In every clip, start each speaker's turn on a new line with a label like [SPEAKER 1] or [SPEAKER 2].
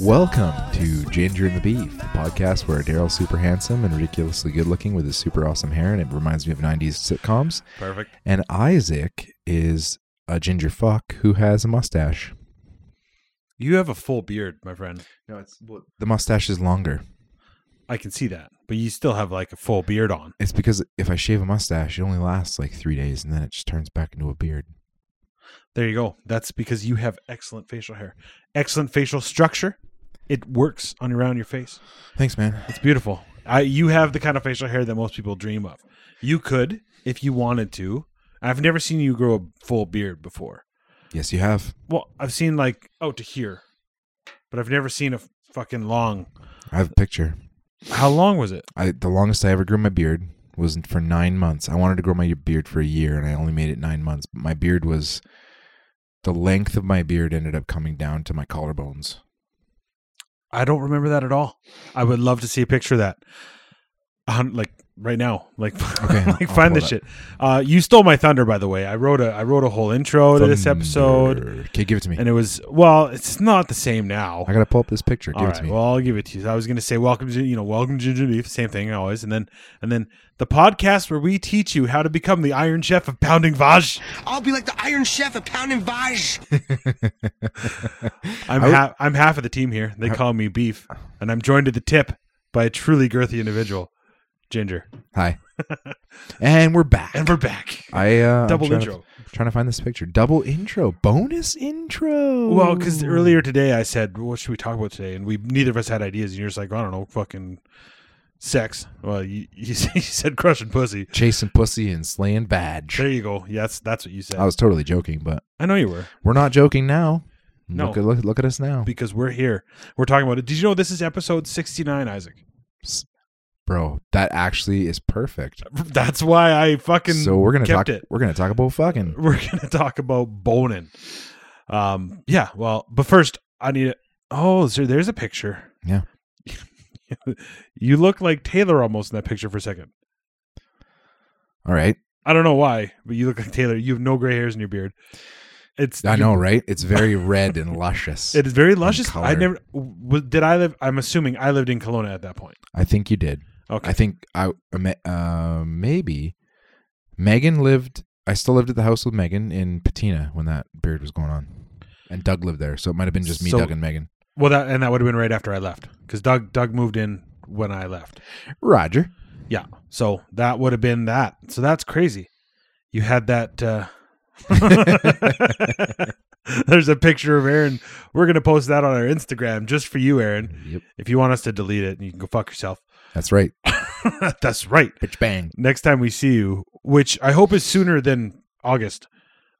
[SPEAKER 1] Welcome to Ginger and the Beef, the podcast where Daryl's super handsome and ridiculously good looking with his super awesome hair, and it reminds me of 90s sitcoms.
[SPEAKER 2] Perfect.
[SPEAKER 1] And Isaac is a ginger fuck who has a mustache.
[SPEAKER 2] You have a full beard, my friend.
[SPEAKER 1] No, it's well, the mustache is longer.
[SPEAKER 2] I can see that, but you still have like a full beard on.
[SPEAKER 1] It's because if I shave a mustache, it only lasts like three days, and then it just turns back into a beard.
[SPEAKER 2] There you go. That's because you have excellent facial hair, excellent facial structure. It works on around your face.
[SPEAKER 1] Thanks, man.
[SPEAKER 2] It's beautiful. I, you have the kind of facial hair that most people dream of. You could, if you wanted to. I've never seen you grow a full beard before.
[SPEAKER 1] Yes, you have.
[SPEAKER 2] Well, I've seen like out to here, but I've never seen a fucking long.
[SPEAKER 1] I have a picture.
[SPEAKER 2] How long was it?
[SPEAKER 1] I the longest I ever grew my beard was for nine months. I wanted to grow my beard for a year, and I only made it nine months. But my beard was the length of my beard ended up coming down to my collarbones.
[SPEAKER 2] I don't remember that at all. I would love to see a picture of that. Um, like right now, like
[SPEAKER 1] Okay,
[SPEAKER 2] like
[SPEAKER 1] I'll
[SPEAKER 2] find
[SPEAKER 1] pull
[SPEAKER 2] this
[SPEAKER 1] it
[SPEAKER 2] shit. Uh, you stole my thunder, by the way. I wrote a I wrote a whole intro to this episode,
[SPEAKER 1] Okay, give it to me.
[SPEAKER 2] and it was well, it's not the same now.
[SPEAKER 1] I gotta pull up this picture. Give
[SPEAKER 2] All
[SPEAKER 1] it to
[SPEAKER 2] right,
[SPEAKER 1] me.
[SPEAKER 2] well, I'll give it to you. I was gonna say welcome to you know welcome to Ginger Beef, same thing always, and then and then the podcast where we teach you how to become the Iron Chef of Pounding Vaj.
[SPEAKER 3] I'll be like the Iron Chef of Pound and Vaj.
[SPEAKER 2] I'm
[SPEAKER 1] I would-
[SPEAKER 2] ha- I'm half of the team here. They call me Beef, and I'm joined at the tip by a truly girthy individual, Ginger,
[SPEAKER 1] Hi. and we're back.
[SPEAKER 2] and we're back.
[SPEAKER 1] I uh, I'm
[SPEAKER 2] Double
[SPEAKER 1] trying
[SPEAKER 2] intro.
[SPEAKER 1] To, trying to find this picture. Double intro. Bonus intro.
[SPEAKER 2] Well, because earlier today I said, "What should we talk about today?" And we neither of us had ideas. And you're just like, "I don't know, fucking sex." Well, you, you, said- you said crushing pussy.
[SPEAKER 1] chasing pussy and slaying badge.
[SPEAKER 2] There you go. Yes, that's what you said.
[SPEAKER 1] I was totally joking, but
[SPEAKER 2] I know you were
[SPEAKER 1] we're not joking now.
[SPEAKER 2] No.
[SPEAKER 1] Look at look, look at us now,
[SPEAKER 2] because we're here. We're talking about it. Did you know this is episode 69, Isaac?
[SPEAKER 1] bro. That actually is perfect.
[SPEAKER 2] That's why I fucking
[SPEAKER 1] So we're gonna
[SPEAKER 2] kept
[SPEAKER 1] talk.
[SPEAKER 2] it.
[SPEAKER 1] We're gonna talk about fucking.
[SPEAKER 2] We're gonna talk about boning. Um, yeah. Well, but first I need. A, oh, so there's a picture.
[SPEAKER 1] Yeah.
[SPEAKER 2] you look like Taylor almost in that picture for a second.
[SPEAKER 1] All right.
[SPEAKER 2] I don't know why, but you look like Taylor. You have no gray hairs in your beard. It's
[SPEAKER 1] I
[SPEAKER 2] you-
[SPEAKER 1] know, right? It's very red and luscious.
[SPEAKER 2] it is very luscious. I
[SPEAKER 1] colored.
[SPEAKER 2] never w- did. I live. I'm assuming I lived in Kelowna at that point.
[SPEAKER 1] I think you did.
[SPEAKER 2] Okay,
[SPEAKER 1] I think I I me- uh, maybe Megan lived. I still lived at the house with Megan in Patina when that beard was going on, and Doug lived there. So it might have been just me,
[SPEAKER 2] So-
[SPEAKER 1] Doug, and Megan.
[SPEAKER 2] well, that and that would have been right after I left because Doug Doug moved in when I left.
[SPEAKER 1] Roger.
[SPEAKER 2] Yeah, so that would have been that. So that's crazy. You had that. Uh... There's a picture of Aaron. We're gonna post that on our Instagram just for you, Aaron.
[SPEAKER 1] Yep.
[SPEAKER 2] If you want us to delete it, you can go fuck yourself.
[SPEAKER 1] That's right.
[SPEAKER 2] That's right.
[SPEAKER 1] Bitch bang.
[SPEAKER 2] next time we see you, which I hope is sooner than August,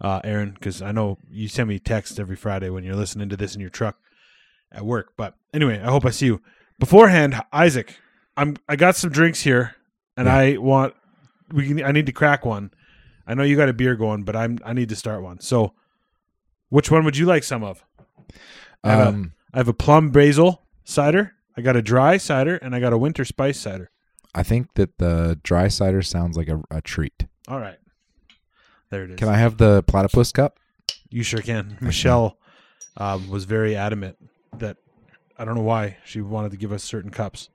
[SPEAKER 2] uh, Aaron, because I know you send me texts every Friday when you're listening to this in your truck at work. But anyway, I hope I see you beforehand, Isaac. I'm I got some drinks here, and
[SPEAKER 1] Yeah.
[SPEAKER 2] I want we can, I need to crack one. I know you got a beer going, but I'm I need to start one. So, which one would you like some of? I have, a,
[SPEAKER 1] Um,
[SPEAKER 2] I have a plum basil cider. I got a dry cider, and I got a winter spice cider.
[SPEAKER 1] I think that the dry cider sounds like a, a treat.
[SPEAKER 2] All right, there it is.
[SPEAKER 1] Can I have the platypus cup?
[SPEAKER 2] You sure can. Michelle uh, was very adamant that I don't know why she wanted to give us certain cups.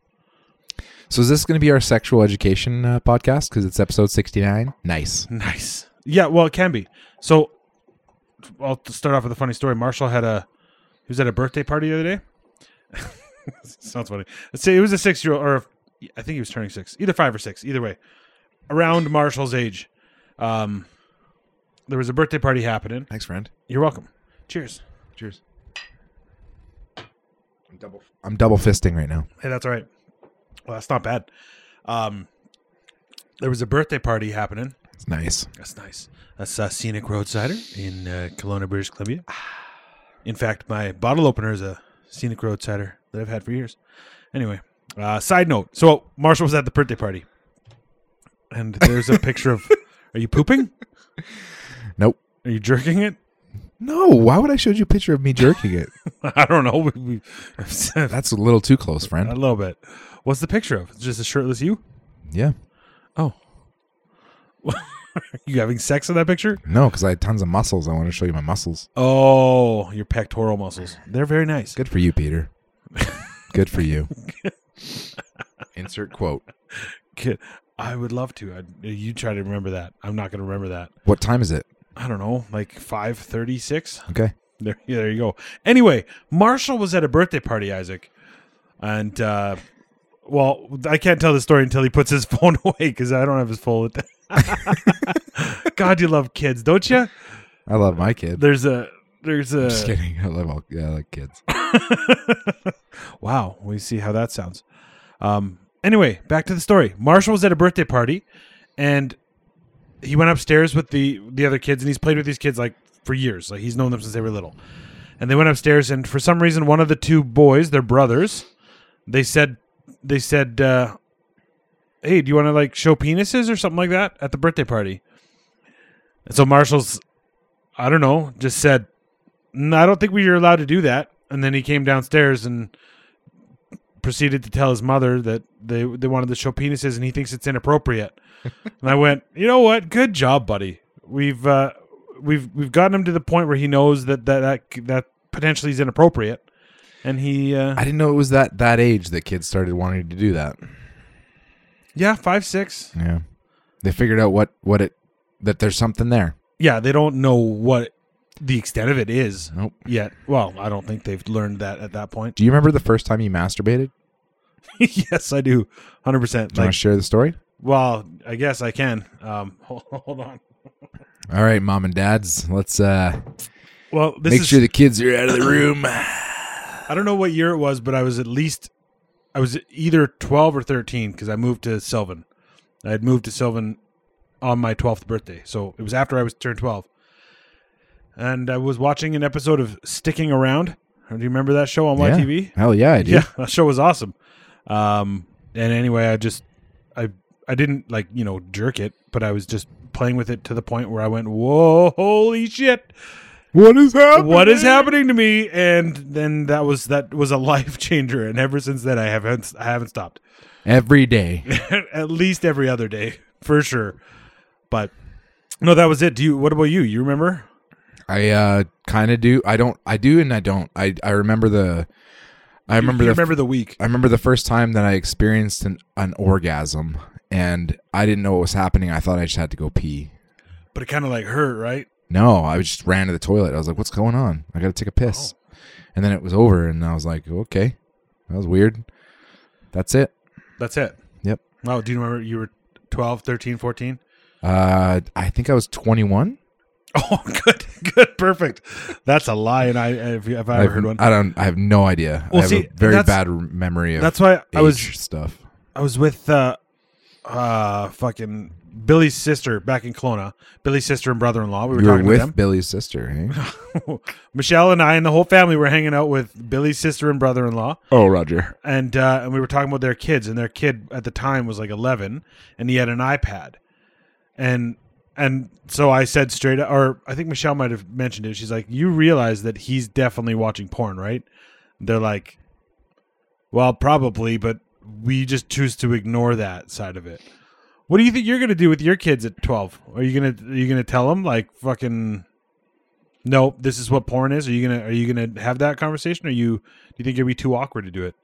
[SPEAKER 1] So is this going to be our sexual education uh, podcast? Because it's episode sixty nine. Nice.
[SPEAKER 2] Nice. Yeah, well, it can be. So I'll start off with a funny story. Marshall had a he was at a birthday party the other day. Sounds funny. Let's say it was a six year old, or I think he was turning six, either five or six, either way, around Marshall's age. Um, there was a birthday party happening.
[SPEAKER 1] Thanks, friend.
[SPEAKER 2] You're welcome. Cheers.
[SPEAKER 1] Cheers. I'm double. I'm double fisting right now.
[SPEAKER 2] Hey, that's all right. Well, that's not bad. Um, there was a birthday party happening.
[SPEAKER 1] It's nice.
[SPEAKER 2] That's nice. That's uh, Scenic Road Cider in uh, Kelowna, British Columbia. In fact, my bottle opener is a Scenic Road Cider that I've had for years. Anyway, uh, side note. So Marshall was at the birthday party, and there's a picture of. Are you pooping?
[SPEAKER 1] Nope.
[SPEAKER 2] Are you jerking it?
[SPEAKER 1] No, why would I show you a picture of me jerking it?
[SPEAKER 2] I don't know. We, we,
[SPEAKER 1] That's a little too close,
[SPEAKER 2] a
[SPEAKER 1] friend.
[SPEAKER 2] little bit. What's the picture of? Just a shirtless you?
[SPEAKER 1] Yeah.
[SPEAKER 2] Oh. you having sex in that picture?
[SPEAKER 1] No, because I had tons of muscles. I want to show you my muscles.
[SPEAKER 2] Oh, your pectoral muscles. They're very nice.
[SPEAKER 1] Good for you, Peter. Good for you. Insert quote.
[SPEAKER 2] Kid, I would love to. I, you try to remember that. I'm not going to remember that.
[SPEAKER 1] What time is it?
[SPEAKER 2] I don't know, like 536?
[SPEAKER 1] Okay.
[SPEAKER 2] There, yeah, there you go. Anyway, Marshall was at a birthday party, Isaac, and uh, well, I can't tell the story until he puts his phone away because I don't have his phone. God, you love kids, don't you?
[SPEAKER 1] I love my kid.
[SPEAKER 2] There's a there's a
[SPEAKER 1] Just kidding. I love all yeah, I like kids.
[SPEAKER 2] wow, we see how that sounds. Um, anyway, back to the story. Marshall was at a birthday party, and he went upstairs with the the other kids, and he's played with these kids like for years. Like he's known them since they were little. And they went upstairs, and for some reason, one of the two boys, their brothers, they said they said, uh, "Hey, do you want to like show penises or something like that at the birthday party?" And so Marshall's, I don't know, just said, "No, I don't think we are allowed to do that. And then he came downstairs and proceeded to tell his mother that they they wanted to show penises, and he thinks it's inappropriate. and I went, you know what? Good job, buddy. We've uh, we've we've gotten him to the point where he knows that that that, that potentially is inappropriate, and he uh,
[SPEAKER 1] I didn't know it was that that age that kids started wanting to do that.
[SPEAKER 2] yeah five six
[SPEAKER 1] Yeah. They figured out what what it that there's something there.
[SPEAKER 2] yeah they don't know what the extent of it is
[SPEAKER 1] Nope.
[SPEAKER 2] yet. Well, I don't think they've learned that at that point.
[SPEAKER 1] Do you remember the first time you masturbated?
[SPEAKER 2] yes, I do, hundred percent.
[SPEAKER 1] Do you want
[SPEAKER 2] Like,
[SPEAKER 1] to share the story?
[SPEAKER 2] well, I guess I can. Um, hold, hold on.
[SPEAKER 1] All right, mom and dads, let's uh
[SPEAKER 2] Well, this
[SPEAKER 1] make
[SPEAKER 2] is
[SPEAKER 1] sure the kids are out of the room.
[SPEAKER 2] I don't know what year it was, but I was at least I was either 12 or 13 because I moved to Sylvan. I had moved to Sylvan on my 12th birthday. So it was after I was turned 12. And I was watching an episode of Sticking Around. Do you remember that show on
[SPEAKER 1] yeah.
[SPEAKER 2] YTV?
[SPEAKER 1] Hell yeah, I do.
[SPEAKER 2] Yeah, that show was awesome. Um, and anyway, I just I I didn't like you know jerk it, but I was just playing with it to the point where I went, "Whoa, holy shit!
[SPEAKER 1] What is happening?
[SPEAKER 2] What is happening to me?" And then that was that was a life changer, and ever since then I haven't I haven't stopped.
[SPEAKER 1] Every day.
[SPEAKER 2] At least every other day for sure. But no, that was it. Do you? What about you? You remember?
[SPEAKER 1] I uh kind of do. I don't I do and I don't. I I remember the I remember
[SPEAKER 2] You
[SPEAKER 1] the
[SPEAKER 2] remember the week?
[SPEAKER 1] I remember the first time that I experienced an, an orgasm and I didn't know what was happening. I thought I just had to go pee.
[SPEAKER 2] But it kind of like hurt, right?
[SPEAKER 1] No, I just ran to the toilet. I was like, what's going on? I got to take a piss.
[SPEAKER 2] Oh.
[SPEAKER 1] And then it was over and I was like, okay, that was weird. That's it.
[SPEAKER 2] That's it.
[SPEAKER 1] Yep.
[SPEAKER 2] Wow. Do you remember you were 12, 13, 14?
[SPEAKER 1] Uh, I think I was 21.
[SPEAKER 2] Oh, good, good, perfect. That's a lie, and I if, if I ever
[SPEAKER 1] I've-
[SPEAKER 2] heard one.
[SPEAKER 1] I don't, I have no idea.
[SPEAKER 2] Well,
[SPEAKER 1] I have
[SPEAKER 2] see,
[SPEAKER 1] a very
[SPEAKER 2] that's-
[SPEAKER 1] bad memory of
[SPEAKER 2] That's why I
[SPEAKER 1] age
[SPEAKER 2] was
[SPEAKER 1] stuff.
[SPEAKER 2] I was with uh, uh, fucking Billy's sister back in Kelowna. Billy's sister and brother-in-law. We were
[SPEAKER 1] You were
[SPEAKER 2] talking
[SPEAKER 1] with
[SPEAKER 2] to
[SPEAKER 1] Billy's sister, eh?
[SPEAKER 2] them. Michelle and I and the whole family were hanging out with Billy's sister and brother-in-law,
[SPEAKER 1] oh, Roger.
[SPEAKER 2] and uh, and we were talking about their kids. And their kid at the time was like 11, and he had an iPad, and and so I said straight up, or I think Michelle might have mentioned it. She's like, "You realize that he's definitely watching porn, right?" They're like, Well, probably, but we just choose to ignore that side of it. What do you think you're going to do with your kids at 12? Are you going to are you going to tell them like fucking no, this is what porn is? Are you going to are you going to have that conversation? Are you do you think it'd be too awkward to do it?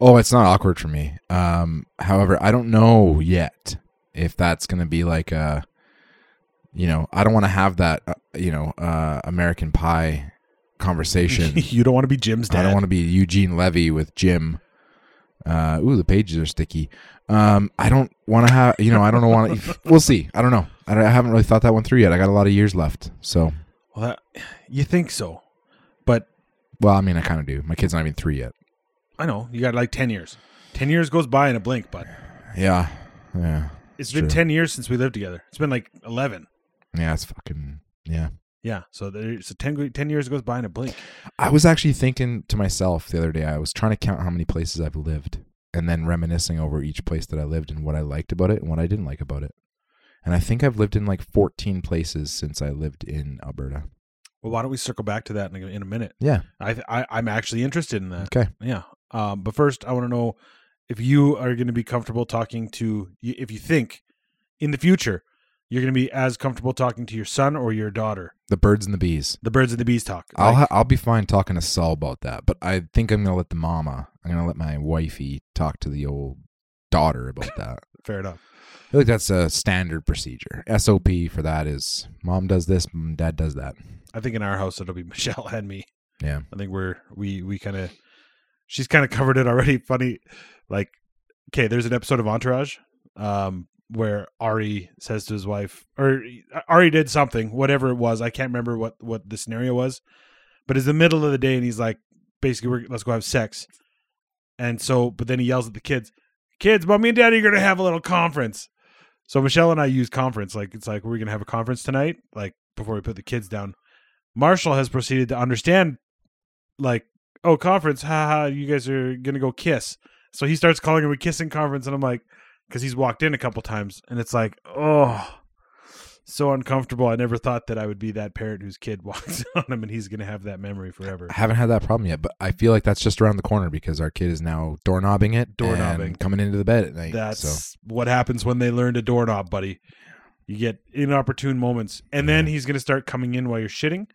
[SPEAKER 1] Oh, it's not awkward for me. Um, however, I don't know yet if that's going to be like a, you know, I don't want to have that, uh, you know, uh, American Pie conversation.
[SPEAKER 2] you don't want to be Jim's dad.
[SPEAKER 1] I don't want to be Eugene Levy with Jim. Uh, ooh, the pages are sticky. Um, I don't want to have, you know, I don't want to. We'll see. I don't know. I, don't- I haven't really thought that one through yet. I got a lot of years left. So,
[SPEAKER 2] well, that, you think so. But
[SPEAKER 1] well, I mean, I kind of do. My kid's not even three yet.
[SPEAKER 2] I know, you got like 10 years. 10 years goes by in a blink, but
[SPEAKER 1] Yeah, yeah,
[SPEAKER 2] it's been
[SPEAKER 1] True.
[SPEAKER 2] 10 years since we lived together. It's been like 11.
[SPEAKER 1] yeah. It's fucking yeah.
[SPEAKER 2] Yeah, so there, so 10, go- 10 years goes by in a blink.
[SPEAKER 1] I was actually thinking to myself the other day, I was trying to count how many places I've lived and then reminiscing over each place that I lived and what I liked about it and what I didn't like about it. And I think I've lived in like 14 places since I lived in Alberta.
[SPEAKER 2] Well, why don't we circle back to that in a, in a minute?
[SPEAKER 1] Yeah.
[SPEAKER 2] I, th- I I'm actually interested in that.
[SPEAKER 1] Okay.
[SPEAKER 2] Yeah. Um, but first, I want to know if you are going to be comfortable talking to y- if you think in the future you're going to be as comfortable talking to your son or your daughter.
[SPEAKER 1] The birds and the bees.
[SPEAKER 2] The birds and the bees talk.
[SPEAKER 1] I'll
[SPEAKER 2] Like,
[SPEAKER 1] ha- I'll be fine talking to Saul about that, but I think I'm gonna let the mama. I'm gonna let my wifey talk to the old daughter about that.
[SPEAKER 2] fair enough.
[SPEAKER 1] I feel like that's a standard procedure. SOP for that is mom does this, mom, dad does that.
[SPEAKER 2] I think in our house it'll be Michelle and me.
[SPEAKER 1] Yeah.
[SPEAKER 2] I think we're we we kind of she's kind of covered it already. Funny, like okay, there's an episode of Entourage um, where Ari says to his wife, or Ari did something, whatever it was. I can't remember what what the scenario was, but it's the middle of the day and he's like, basically, we're, let's go have sex. And so, but then he yells at the kids, kids, mommy and daddy are gonna have a little conference. So Michelle and I use conference, like it's like we're gonna have a conference tonight, like before we put the kids down. Marshall has proceeded to understand like, oh, conference, haha, you guys are gonna go kiss. So he starts calling him a kissing conference, and I'm like, because he's walked in a couple times, and it's like, oh, so uncomfortable. I never thought that I would be that parent whose kid walks on him, and he's gonna have that memory forever.
[SPEAKER 1] I haven't had that problem yet, but I feel like that's just around the corner because our kid is now doorknobbing it,
[SPEAKER 2] Doorknobbing.
[SPEAKER 1] and coming into the bed at night.
[SPEAKER 2] That's
[SPEAKER 1] so
[SPEAKER 2] what happens when they learn to doorknob, buddy. You get inopportune moments, and then he's gonna start coming in while you're shitting.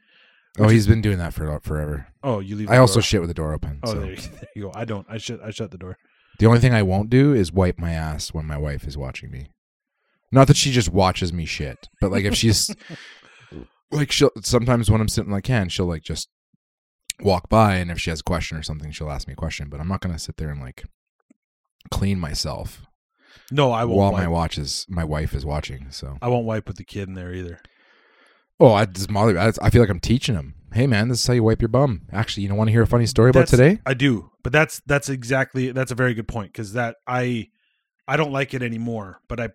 [SPEAKER 1] oh, he's been doing that for forever.
[SPEAKER 2] Oh, you leave.
[SPEAKER 1] I
[SPEAKER 2] the
[SPEAKER 1] also
[SPEAKER 2] door.
[SPEAKER 1] shit with the door open.
[SPEAKER 2] Oh,
[SPEAKER 1] so.
[SPEAKER 2] there, you, there you go. I don't. I shut. I shut the door.
[SPEAKER 1] The only thing I won't do is wipe my ass when my wife is watching me. Not that she just watches me shit, but like if she's like she'll sometimes when I'm sitting like can, she'll like just walk by and if she has a question or something, she'll ask me a question, but I'm not gonna sit there and like clean myself
[SPEAKER 2] No, I won't.
[SPEAKER 1] while
[SPEAKER 2] wipe.
[SPEAKER 1] my watch is my wife is watching. So
[SPEAKER 2] I won't wipe with the kid in there either.
[SPEAKER 1] Oh, I just Molly I I feel like I'm teaching him. Hey man, this is how you wipe your bum. Actually, you don't want to hear a funny story about
[SPEAKER 2] That's-
[SPEAKER 1] today?
[SPEAKER 2] I do, but that's that's exactly that's a very good point because that I I don't like it anymore. But I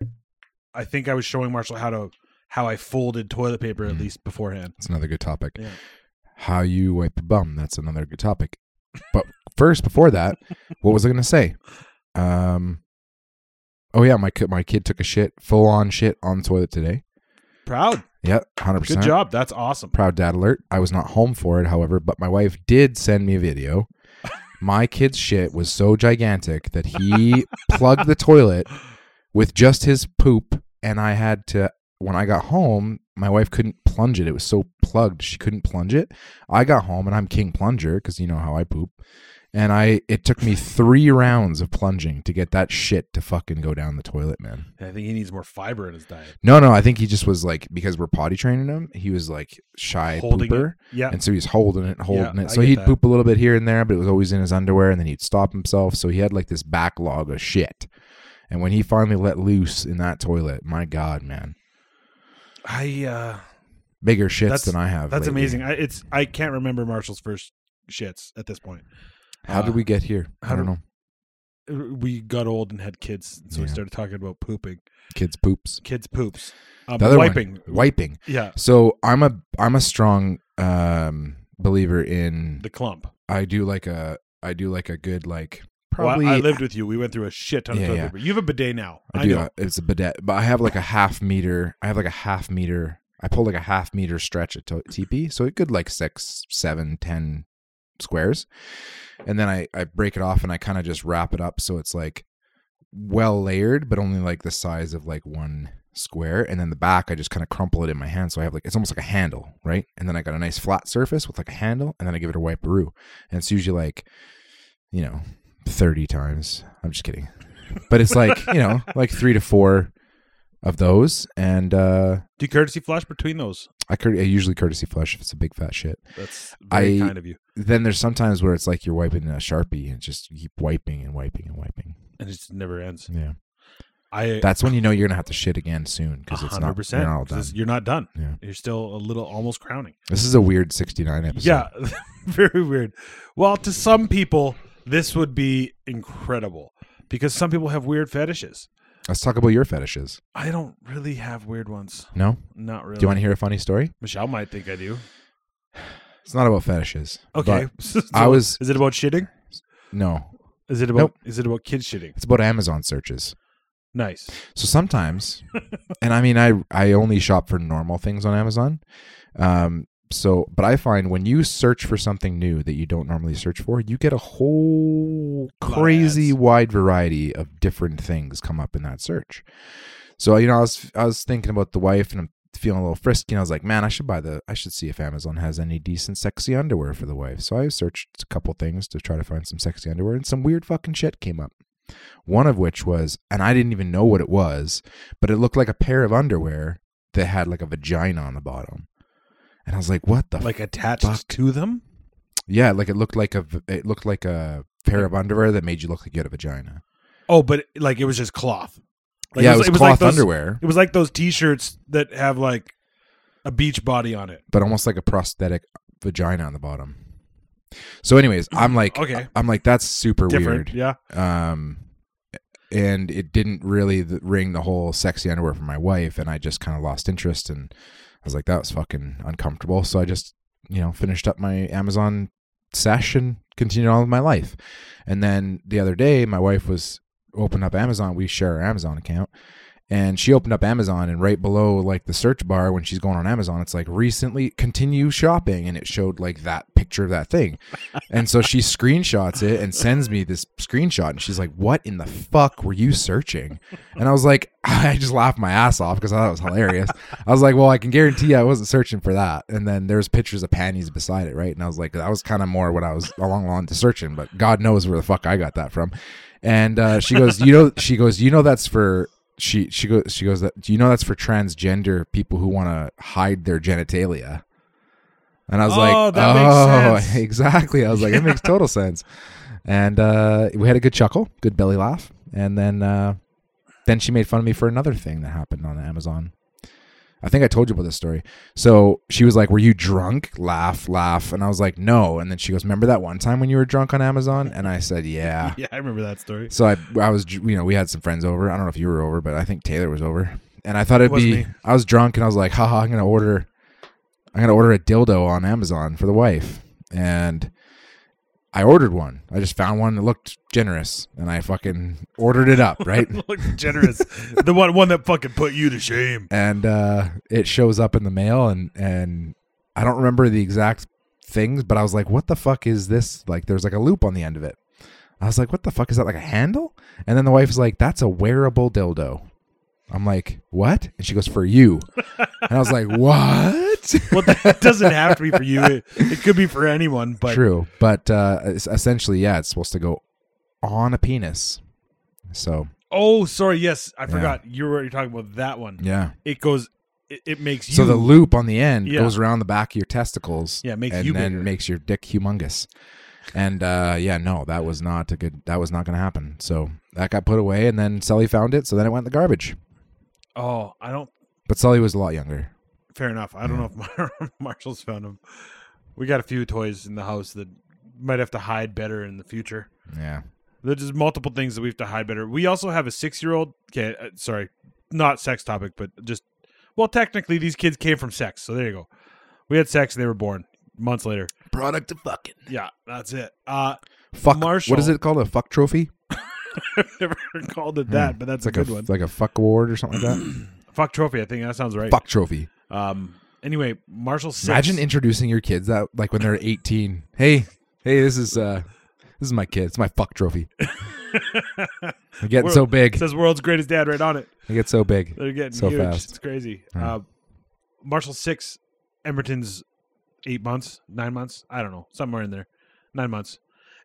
[SPEAKER 2] I think I was showing Marshall how to how I folded toilet paper at
[SPEAKER 1] Mhm.
[SPEAKER 2] least beforehand.
[SPEAKER 1] That's another good topic.
[SPEAKER 2] Yeah.
[SPEAKER 1] How you wipe your bum. That's another good topic. But first, before that, what was I going to say? Um, oh yeah, my ki- my kid took a shit, full on shit on the toilet today.
[SPEAKER 2] Proud,
[SPEAKER 1] Yep, hundred
[SPEAKER 2] good
[SPEAKER 1] percent.
[SPEAKER 2] job. That's awesome.
[SPEAKER 1] Proud dad alert. I was not home for it, however, but my wife did send me a video. My kid's shit was so gigantic that he plugged the toilet with just his poop, and I had to. When I got home, my wife couldn't plunge it. It was so plugged, she couldn't plunge it. I got home, and I'm king plunger because you know how I poop. And I, it took me three rounds of plunging to get that shit to fucking go down the toilet, man.
[SPEAKER 2] I think he needs more fiber in his diet.
[SPEAKER 1] No, no, I think he just was like because we're potty training him. He was like shy
[SPEAKER 2] Holding
[SPEAKER 1] pooper.
[SPEAKER 2] it. Yeah,
[SPEAKER 1] And so he's holding it, holding
[SPEAKER 2] Yeah,
[SPEAKER 1] it.
[SPEAKER 2] I
[SPEAKER 1] So
[SPEAKER 2] get
[SPEAKER 1] he'd
[SPEAKER 2] that.
[SPEAKER 1] poop a little bit here and there, but it was always in his underwear, and then he'd stop himself. So he had like this backlog of shit. And when he finally let loose in that toilet, my God, man,
[SPEAKER 2] I uh
[SPEAKER 1] bigger shits
[SPEAKER 2] That's-
[SPEAKER 1] than I have.
[SPEAKER 2] that's
[SPEAKER 1] lately.
[SPEAKER 2] amazing. I, it's I can't remember Marshall's first shits at this point.
[SPEAKER 1] How
[SPEAKER 2] Uh,
[SPEAKER 1] did we get here?
[SPEAKER 2] how
[SPEAKER 1] I don't
[SPEAKER 2] do-
[SPEAKER 1] know.
[SPEAKER 2] Uh, We got old and had kids, so we
[SPEAKER 1] Yeah.
[SPEAKER 2] started talking about pooping.
[SPEAKER 1] Kids poops.
[SPEAKER 2] Kids poops. Um,
[SPEAKER 1] The other one.
[SPEAKER 2] wiping.
[SPEAKER 1] Wiping.
[SPEAKER 2] Yeah,
[SPEAKER 1] So I'm a I'm a strong um, believer in.
[SPEAKER 2] the clump.
[SPEAKER 1] I do like a I do like a good like
[SPEAKER 2] Well,
[SPEAKER 1] probably
[SPEAKER 2] I lived with you. We went through a shit ton of
[SPEAKER 1] Yeah,
[SPEAKER 2] toilet
[SPEAKER 1] yeah.
[SPEAKER 2] paper. You have a bidet now. I,
[SPEAKER 1] I do.
[SPEAKER 2] know.
[SPEAKER 1] uh, It's a bidet, but I have like a half meter. I have like a half meter. I pull like a half meter stretch at to- TP, so it could like six, seven, ten squares, and then I I break it off and I kind of just wrap it up so it's like well layered, but only like the size of like one square, and then the back I just kind of crumple it in my hand, so I have like it's almost like a handle, right? And then I got a nice flat surface with like a handle, and then I give it a wiperoo, and it's usually like, you know, thirty times. I'm just kidding but it's like you know like three to four of those and uh
[SPEAKER 2] Do you courtesy flush between those?
[SPEAKER 1] I, cur- I usually courtesy flush if it's a big fat shit
[SPEAKER 2] That's very
[SPEAKER 1] I-
[SPEAKER 2] kind of you.
[SPEAKER 1] then there's sometimes where it's like you're wiping a sharpie and just keep wiping and wiping and wiping
[SPEAKER 2] And it just never ends.
[SPEAKER 1] yeah
[SPEAKER 2] I
[SPEAKER 1] that's when you know you're gonna have to shit again soon because it's
[SPEAKER 2] hundred
[SPEAKER 1] not, you're
[SPEAKER 2] percent.
[SPEAKER 1] not all done
[SPEAKER 2] You're not done.
[SPEAKER 1] Yeah.
[SPEAKER 2] You're still a little almost crowning.
[SPEAKER 1] this is a weird 69 episode
[SPEAKER 2] Yeah. very weird. Well, to some people, this would be incredible because some people have weird fetishes.
[SPEAKER 1] let's talk about your fetishes
[SPEAKER 2] I don't really have weird ones.
[SPEAKER 1] no
[SPEAKER 2] Not really.
[SPEAKER 1] do you want to hear a funny story
[SPEAKER 2] Michelle might think I do.
[SPEAKER 1] it's not about fetishes
[SPEAKER 2] Okay.
[SPEAKER 1] but-
[SPEAKER 2] So-
[SPEAKER 1] I was-
[SPEAKER 2] Is it about shitting?
[SPEAKER 1] no
[SPEAKER 2] Is it about?
[SPEAKER 1] Nope.
[SPEAKER 2] Is it about kids shitting?
[SPEAKER 1] it's about amazon searches
[SPEAKER 2] Nice.
[SPEAKER 1] So sometimes, and I mean, I I only shop for normal things on Amazon. Um, so, but I find when you search for something new that you don't normally search for, you get a whole
[SPEAKER 2] Lot of
[SPEAKER 1] crazy
[SPEAKER 2] ads.
[SPEAKER 1] wide variety of different things come up in that search. So you know, I was I was thinking about the wife and I'm feeling a little frisky, and I was like, man, I should buy the I should see if Amazon has any decent sexy underwear for the wife. So I searched a couple things to try to find some sexy underwear, and some weird fucking shit came up. One of which was, and I didn't even know what it was, but it looked like a pair of underwear that had like a vagina on the bottom. And I was like, what the
[SPEAKER 2] Like attached
[SPEAKER 1] Fuck.
[SPEAKER 2] to them?
[SPEAKER 1] yeah, like it looked like a v- it looked like a pair of underwear that made you look like you had a vagina.
[SPEAKER 2] Oh, but like it was just cloth. Like,
[SPEAKER 1] yeah, it was, cloth
[SPEAKER 2] like those,
[SPEAKER 1] underwear,
[SPEAKER 2] It was like those T-shirts that have like a beach body on it.
[SPEAKER 1] but almost like a prosthetic vagina on the bottom. So, anyways, I'm like,
[SPEAKER 2] Okay.
[SPEAKER 1] I'm like, that's super
[SPEAKER 2] Different,
[SPEAKER 1] weird.
[SPEAKER 2] yeah.
[SPEAKER 1] Um, and it didn't really th- ring the whole sexy underwear for my wife, and I just kind of lost interest, and I was like, that was fucking uncomfortable. So I just, you know, finished up my Amazon sesh and continued on with my life. And then the other day, my wife was opened up Amazon. We share our Amazon account. And she opened up Amazon, and right below, like the search bar, when she's going on Amazon, it's like recently continue shopping, and it showed like that picture of that thing. And so she screenshots it and sends me this screenshot, and she's like, "What in the fuck were you searching?" And I was like, I just laughed my ass off because I thought it was hilarious. I was like, "Well, I can guarantee you I wasn't searching for that." And then there's pictures of panties beside it, right? And I was like, that was kind of more what I was along the line to searching, but God knows where the fuck I got that from. And uh, she goes, "You know," she goes, "You know that's for." She she goes she goes that do you know that's for transgender people who want to hide their genitalia, and I was
[SPEAKER 2] Oh,
[SPEAKER 1] like,
[SPEAKER 2] that makes
[SPEAKER 1] oh,
[SPEAKER 2] sense.
[SPEAKER 1] exactly. I was like, it makes total sense. And uh, we had a good chuckle, good belly laugh, and then uh, then she made fun of me for another thing that happened on Amazon. I think I told you about this story. So she was like, "Were you drunk?" Laugh, laugh, and I was like, "No." And then she goes, "Remember that one time when you were drunk on Amazon?" And I said, "Yeah."
[SPEAKER 2] Yeah, I remember that story.
[SPEAKER 1] So I, I was, you know, we had some friends over. I don't know if you were over, but I think Taylor was over. And I thought it'd
[SPEAKER 2] Wasn't
[SPEAKER 1] be,
[SPEAKER 2] me.
[SPEAKER 1] I was drunk and I was like, haha, I'm going to order, I'm going to order a dildo on Amazon for the wife. And I ordered one. I just found one that looked generous and I fucking ordered it up, right?
[SPEAKER 2] Look generous. the one one that fucking put you to shame.
[SPEAKER 1] and uh, it shows up in the mail and and I don't remember the exact things, but I was like, what the fuck is this? Like, there's like a loop on the end of it. I was like, what the fuck is that? Like a handle? And then the wife was like, that's a wearable dildo. I'm like, what? And she goes, for you. And I was like, what?
[SPEAKER 2] Well, that doesn't have to be for you. It, it could be for anyone. But
[SPEAKER 1] True, but uh, es- essentially, yeah, it's supposed to go on a penis. So
[SPEAKER 2] oh, sorry. Yes, I forgot. You were you're talking about that one.
[SPEAKER 1] yeah,
[SPEAKER 2] It goes. It, it makes you.
[SPEAKER 1] so the loop on the end
[SPEAKER 2] Yeah.
[SPEAKER 1] goes around the back of your testicles.
[SPEAKER 2] Yeah, it makes
[SPEAKER 1] and
[SPEAKER 2] you
[SPEAKER 1] then
[SPEAKER 2] bigger.
[SPEAKER 1] makes your dick humongous. And uh, yeah, no, that was not a good. That was not going to happen. So that got put away, and then Sully found it. So then it went in the garbage.
[SPEAKER 2] oh, I don't.
[SPEAKER 1] But Sully was a lot younger.
[SPEAKER 2] Fair enough. I don't know if Mar- Marshall's found them. We got a few toys in the house that might have to hide better in the future.
[SPEAKER 1] Yeah,
[SPEAKER 2] There's just multiple things that we have to hide better. We also have a six year old. Okay, uh, sorry, not sex topic, but just well, technically these kids came from sex, so there you go. We had sex and they were born months later.
[SPEAKER 1] product of fucking
[SPEAKER 2] Yeah, that's it. Uh,
[SPEAKER 1] fuck.
[SPEAKER 2] Marshall.
[SPEAKER 1] What is it called? A fuck trophy?
[SPEAKER 2] I've never called it that, but that's
[SPEAKER 1] It's Hmm. like
[SPEAKER 2] a good one.
[SPEAKER 1] a like a fuck award or something like that.
[SPEAKER 2] Fuck trophy. I think that sounds right.
[SPEAKER 1] fuck trophy.
[SPEAKER 2] Um. Anyway, Marshall six.
[SPEAKER 1] Imagine introducing your kids that like when they're eighteen. Hey, hey, this is uh, this is my kid. It's my fuck trophy. They're getting
[SPEAKER 2] World-
[SPEAKER 1] so big.
[SPEAKER 2] says world's greatest dad right on it.
[SPEAKER 1] They get so big.
[SPEAKER 2] They're getting
[SPEAKER 1] So
[SPEAKER 2] huge.
[SPEAKER 1] fast.
[SPEAKER 2] It's crazy. Uh, Marshall six, Emerton's eight months, nine months. I don't know, somewhere in there, nine months.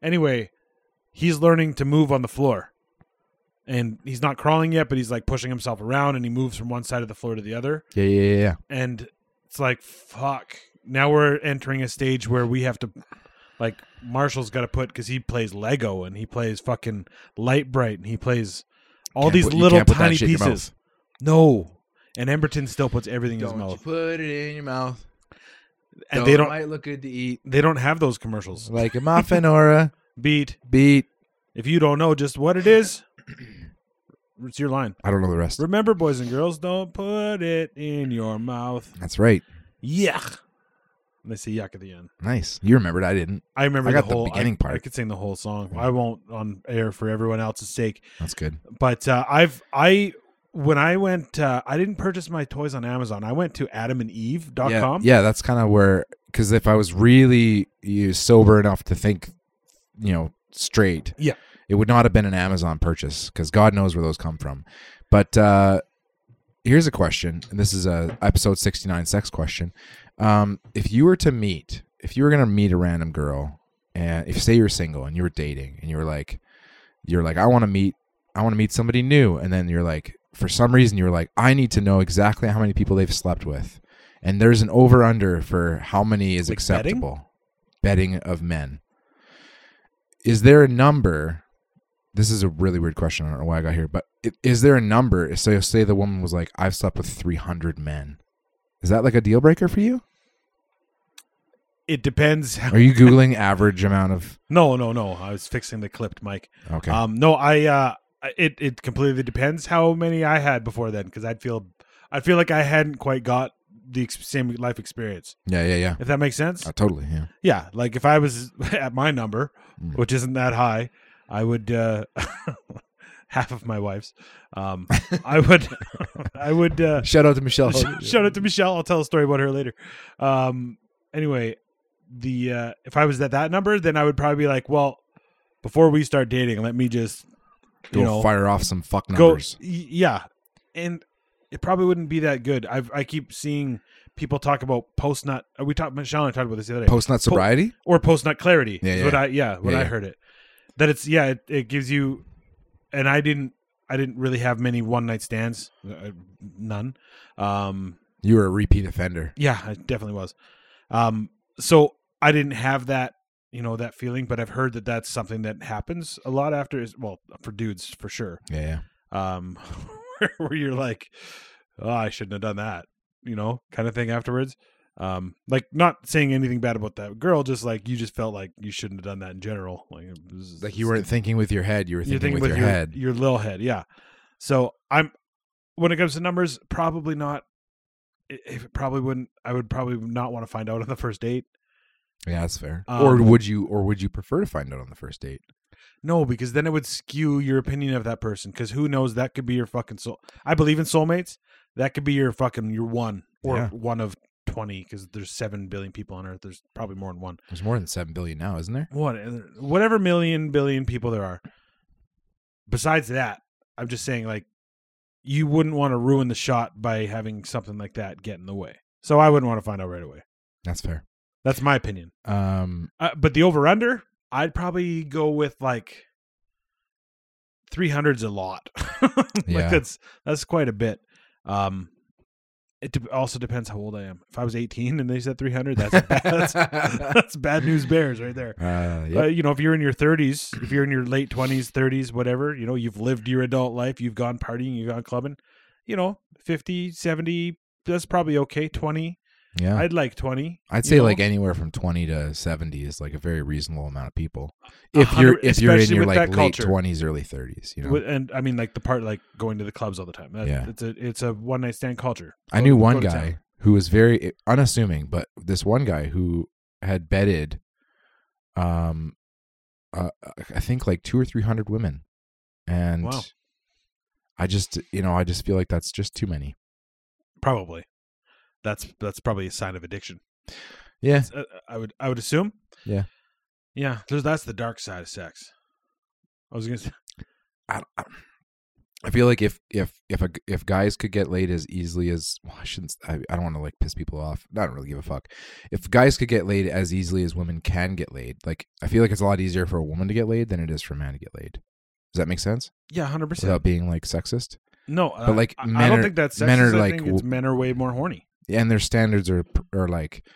[SPEAKER 2] Anyway, he's learning to move on the floor, and he's not crawling yet, but he's like pushing himself around, and he moves from one side of the floor to the other,
[SPEAKER 1] Yeah, yeah, yeah, yeah.
[SPEAKER 2] and it's like fuck. Now we're entering a stage where we have to. Like Marshall's got to put because he plays Lego and he plays fucking Light Bright and he plays all
[SPEAKER 1] Can't
[SPEAKER 2] these
[SPEAKER 1] put- you
[SPEAKER 2] little
[SPEAKER 1] can't put that
[SPEAKER 2] tiny
[SPEAKER 1] shit in your
[SPEAKER 2] pieces.
[SPEAKER 1] mouth.
[SPEAKER 2] No. And Emberton still puts everything in his mouth.
[SPEAKER 1] put it in your mouth.
[SPEAKER 2] And they don't
[SPEAKER 1] might look good to eat.
[SPEAKER 2] they don't have those commercials.
[SPEAKER 1] Like a muffin or a
[SPEAKER 2] Beat.
[SPEAKER 1] beat.
[SPEAKER 2] If you don't know just what it is, it's your line.
[SPEAKER 1] I don't know the rest.
[SPEAKER 2] Remember, boys and girls, don't put it in your mouth.
[SPEAKER 1] That's right.
[SPEAKER 2] Yuck. And they say yuck at the end.
[SPEAKER 1] Nice. You remembered. I didn't.
[SPEAKER 2] I remember
[SPEAKER 1] I got
[SPEAKER 2] the
[SPEAKER 1] the
[SPEAKER 2] whole I-
[SPEAKER 1] beginning part.
[SPEAKER 2] I could sing the whole song. I won't on air for everyone else's sake.
[SPEAKER 1] That's good.
[SPEAKER 2] But uh, I've I when I went uh, I didn't purchase my toys on Amazon. I went to adamandeve.com.
[SPEAKER 1] Yeah, yeah that's kind of where. Because if I was really you sober enough to think, you know, straight,
[SPEAKER 2] Yeah.
[SPEAKER 1] it would not have been an Amazon purchase. Because God knows where those come from. But uh, here's a question, and this is a episode sixty nine sex question. Um, if you were to meet, if you were gonna meet a random girl, and if say you're single and you were dating, and you were like, you're like, I want to meet, I want to meet somebody new, and then you're like, for some reason, you're like, I need to know exactly how many people they've slept with, and there's an over under for how many is
[SPEAKER 2] Like betting?
[SPEAKER 1] acceptable, betting of men. Is there a number this is a really weird question. I don't know why I got here, but i- is there a number? So say the woman was like, "I've slept with 300 men." Is that like a deal breaker for you?
[SPEAKER 2] It depends. how-
[SPEAKER 1] Are you googling average amount of?
[SPEAKER 2] No, no, no. I was fixing the clipped mic.
[SPEAKER 1] Okay,
[SPEAKER 2] Um, no, I uh, I- it it completely depends how many I had before then, because I'd feel I feel like I hadn't quite got the ex- same life experience.
[SPEAKER 1] yeah, yeah, yeah.
[SPEAKER 2] If that makes sense,
[SPEAKER 1] Uh, totally, yeah.
[SPEAKER 2] yeah. Like if I was at my number,
[SPEAKER 1] Mm.
[SPEAKER 2] which isn't that high, I would uh, half of my wife's. Um, I would, I would. Uh,
[SPEAKER 1] Shout out to Michelle.
[SPEAKER 2] Sh- Shout out to Michelle. I'll tell a story about her later. Um, anyway, the uh, if I was at that number, then I would probably be like, well, before we start dating, let me just
[SPEAKER 1] Go
[SPEAKER 2] you know
[SPEAKER 1] fire off some fuck
[SPEAKER 2] go
[SPEAKER 1] numbers.
[SPEAKER 2] y- yeah, and it probably wouldn't be that good. I I keep seeing people talk about post nut. We talked Michelle and I talked about this the other day,
[SPEAKER 1] Post nut sobriety.
[SPEAKER 2] or post nut clarity.
[SPEAKER 1] Yeah,
[SPEAKER 2] is
[SPEAKER 1] yeah.
[SPEAKER 2] What I yeah, what
[SPEAKER 1] Yeah,
[SPEAKER 2] I
[SPEAKER 1] yeah.
[SPEAKER 2] heard it that it's yeah, it, it gives you, and I didn't. I didn't really have many one night stands, uh, none. Um,
[SPEAKER 1] You were a repeat offender.
[SPEAKER 2] yeah, I definitely was. Um, so I didn't have that, you know, that feeling, but I've heard that that's something that happens a lot after is well for dudes for sure.
[SPEAKER 1] Yeah, yeah.
[SPEAKER 2] Um, where you're like, oh, I shouldn't have done that, you know, kind of thing afterwards. Um, like not saying anything bad about that girl, just like you just felt like you shouldn't have done that in general. Like, it was-
[SPEAKER 1] Like you weren't thinking with your head. You were thinking,
[SPEAKER 2] you're thinking
[SPEAKER 1] with, your,
[SPEAKER 2] your
[SPEAKER 1] head.
[SPEAKER 2] your little head. Yeah. So I'm when it comes to numbers, probably not. It, it probably wouldn't. I would probably not want to find out on the first date.
[SPEAKER 1] yeah, that's fair.
[SPEAKER 2] Um,
[SPEAKER 1] or would you? Or would you prefer to find out on the first date?
[SPEAKER 2] No, because then it would skew your opinion of that person. Because who knows? That could be your fucking soul. I believe in soulmates. That could be your fucking your one or
[SPEAKER 1] Yeah.
[SPEAKER 2] one of twenty. Because there's seven billion people on Earth. There's probably more than one.
[SPEAKER 1] There's more than seven billion now, isn't there?
[SPEAKER 2] what uh, whatever million billion people there are besides that i'm just saying like you wouldn't want to ruin the shot by having something like that get in the way so i wouldn't want to find out right away
[SPEAKER 1] That's fair.
[SPEAKER 2] that's my opinion
[SPEAKER 1] Um,
[SPEAKER 2] uh, but the over under i'd probably go with like 300's a lot like
[SPEAKER 1] Yeah.
[SPEAKER 2] that's that's quite a bit um it de- also depends how old i am if i was 18 and they said 300 that's bad, that's, that's bad news bears right there
[SPEAKER 1] uh,
[SPEAKER 2] Uh,
[SPEAKER 1] yep.
[SPEAKER 2] you know, if you're in your 30s, if you're in your late 20s, 30s, whatever, you know, you've lived your adult life, you've gone partying, you've gone clubbing, you know, 50, 70, that's probably okay. 20,
[SPEAKER 1] yeah.
[SPEAKER 2] I'd like 20.
[SPEAKER 1] I'd
[SPEAKER 2] you
[SPEAKER 1] say
[SPEAKER 2] know?
[SPEAKER 1] like anywhere from twenty to seventy is like a very reasonable amount of people.
[SPEAKER 2] A
[SPEAKER 1] If you're
[SPEAKER 2] hundred-
[SPEAKER 1] if you're in
[SPEAKER 2] especially
[SPEAKER 1] your
[SPEAKER 2] with
[SPEAKER 1] like
[SPEAKER 2] that
[SPEAKER 1] late
[SPEAKER 2] culture.
[SPEAKER 1] twenties, early thirties, you know.
[SPEAKER 2] Wi- And I mean, like the part like going to the clubs all the time. That,
[SPEAKER 1] Yeah.
[SPEAKER 2] It's a, it's a one night stand culture.
[SPEAKER 1] I
[SPEAKER 2] Go-
[SPEAKER 1] knew
[SPEAKER 2] Oh, go
[SPEAKER 1] one
[SPEAKER 2] to
[SPEAKER 1] guy
[SPEAKER 2] town.
[SPEAKER 1] who was very unassuming, but this one guy who had betted, um, uh, I think like two or three hundred women, and
[SPEAKER 2] Wow.
[SPEAKER 1] I just you know I just feel like that's just too many.
[SPEAKER 2] Probably. That's, that's probably a sign of addiction.
[SPEAKER 1] Yeah,
[SPEAKER 2] Uh, I would, I would assume.
[SPEAKER 1] Yeah.
[SPEAKER 2] Yeah. There's, that's the dark side of sex. I was going to say,
[SPEAKER 1] I, I- I feel like if if if a, if guys could get laid as easily as well, I shouldn't I, I don't want to like piss people off. I don't really give a fuck. If guys could get laid as easily as women can get laid, like I feel like it's a lot easier for a woman to get laid than it is for a man to get laid. Does that make sense?
[SPEAKER 2] yeah, 100%.
[SPEAKER 1] Without being like sexist,
[SPEAKER 2] No,
[SPEAKER 1] But, like,
[SPEAKER 2] I, I
[SPEAKER 1] men
[SPEAKER 2] don't
[SPEAKER 1] are-
[SPEAKER 2] think that's sexist.
[SPEAKER 1] men are,
[SPEAKER 2] I
[SPEAKER 1] like,
[SPEAKER 2] think it's
[SPEAKER 1] w-
[SPEAKER 2] men are way more horny.
[SPEAKER 1] and their standards are are like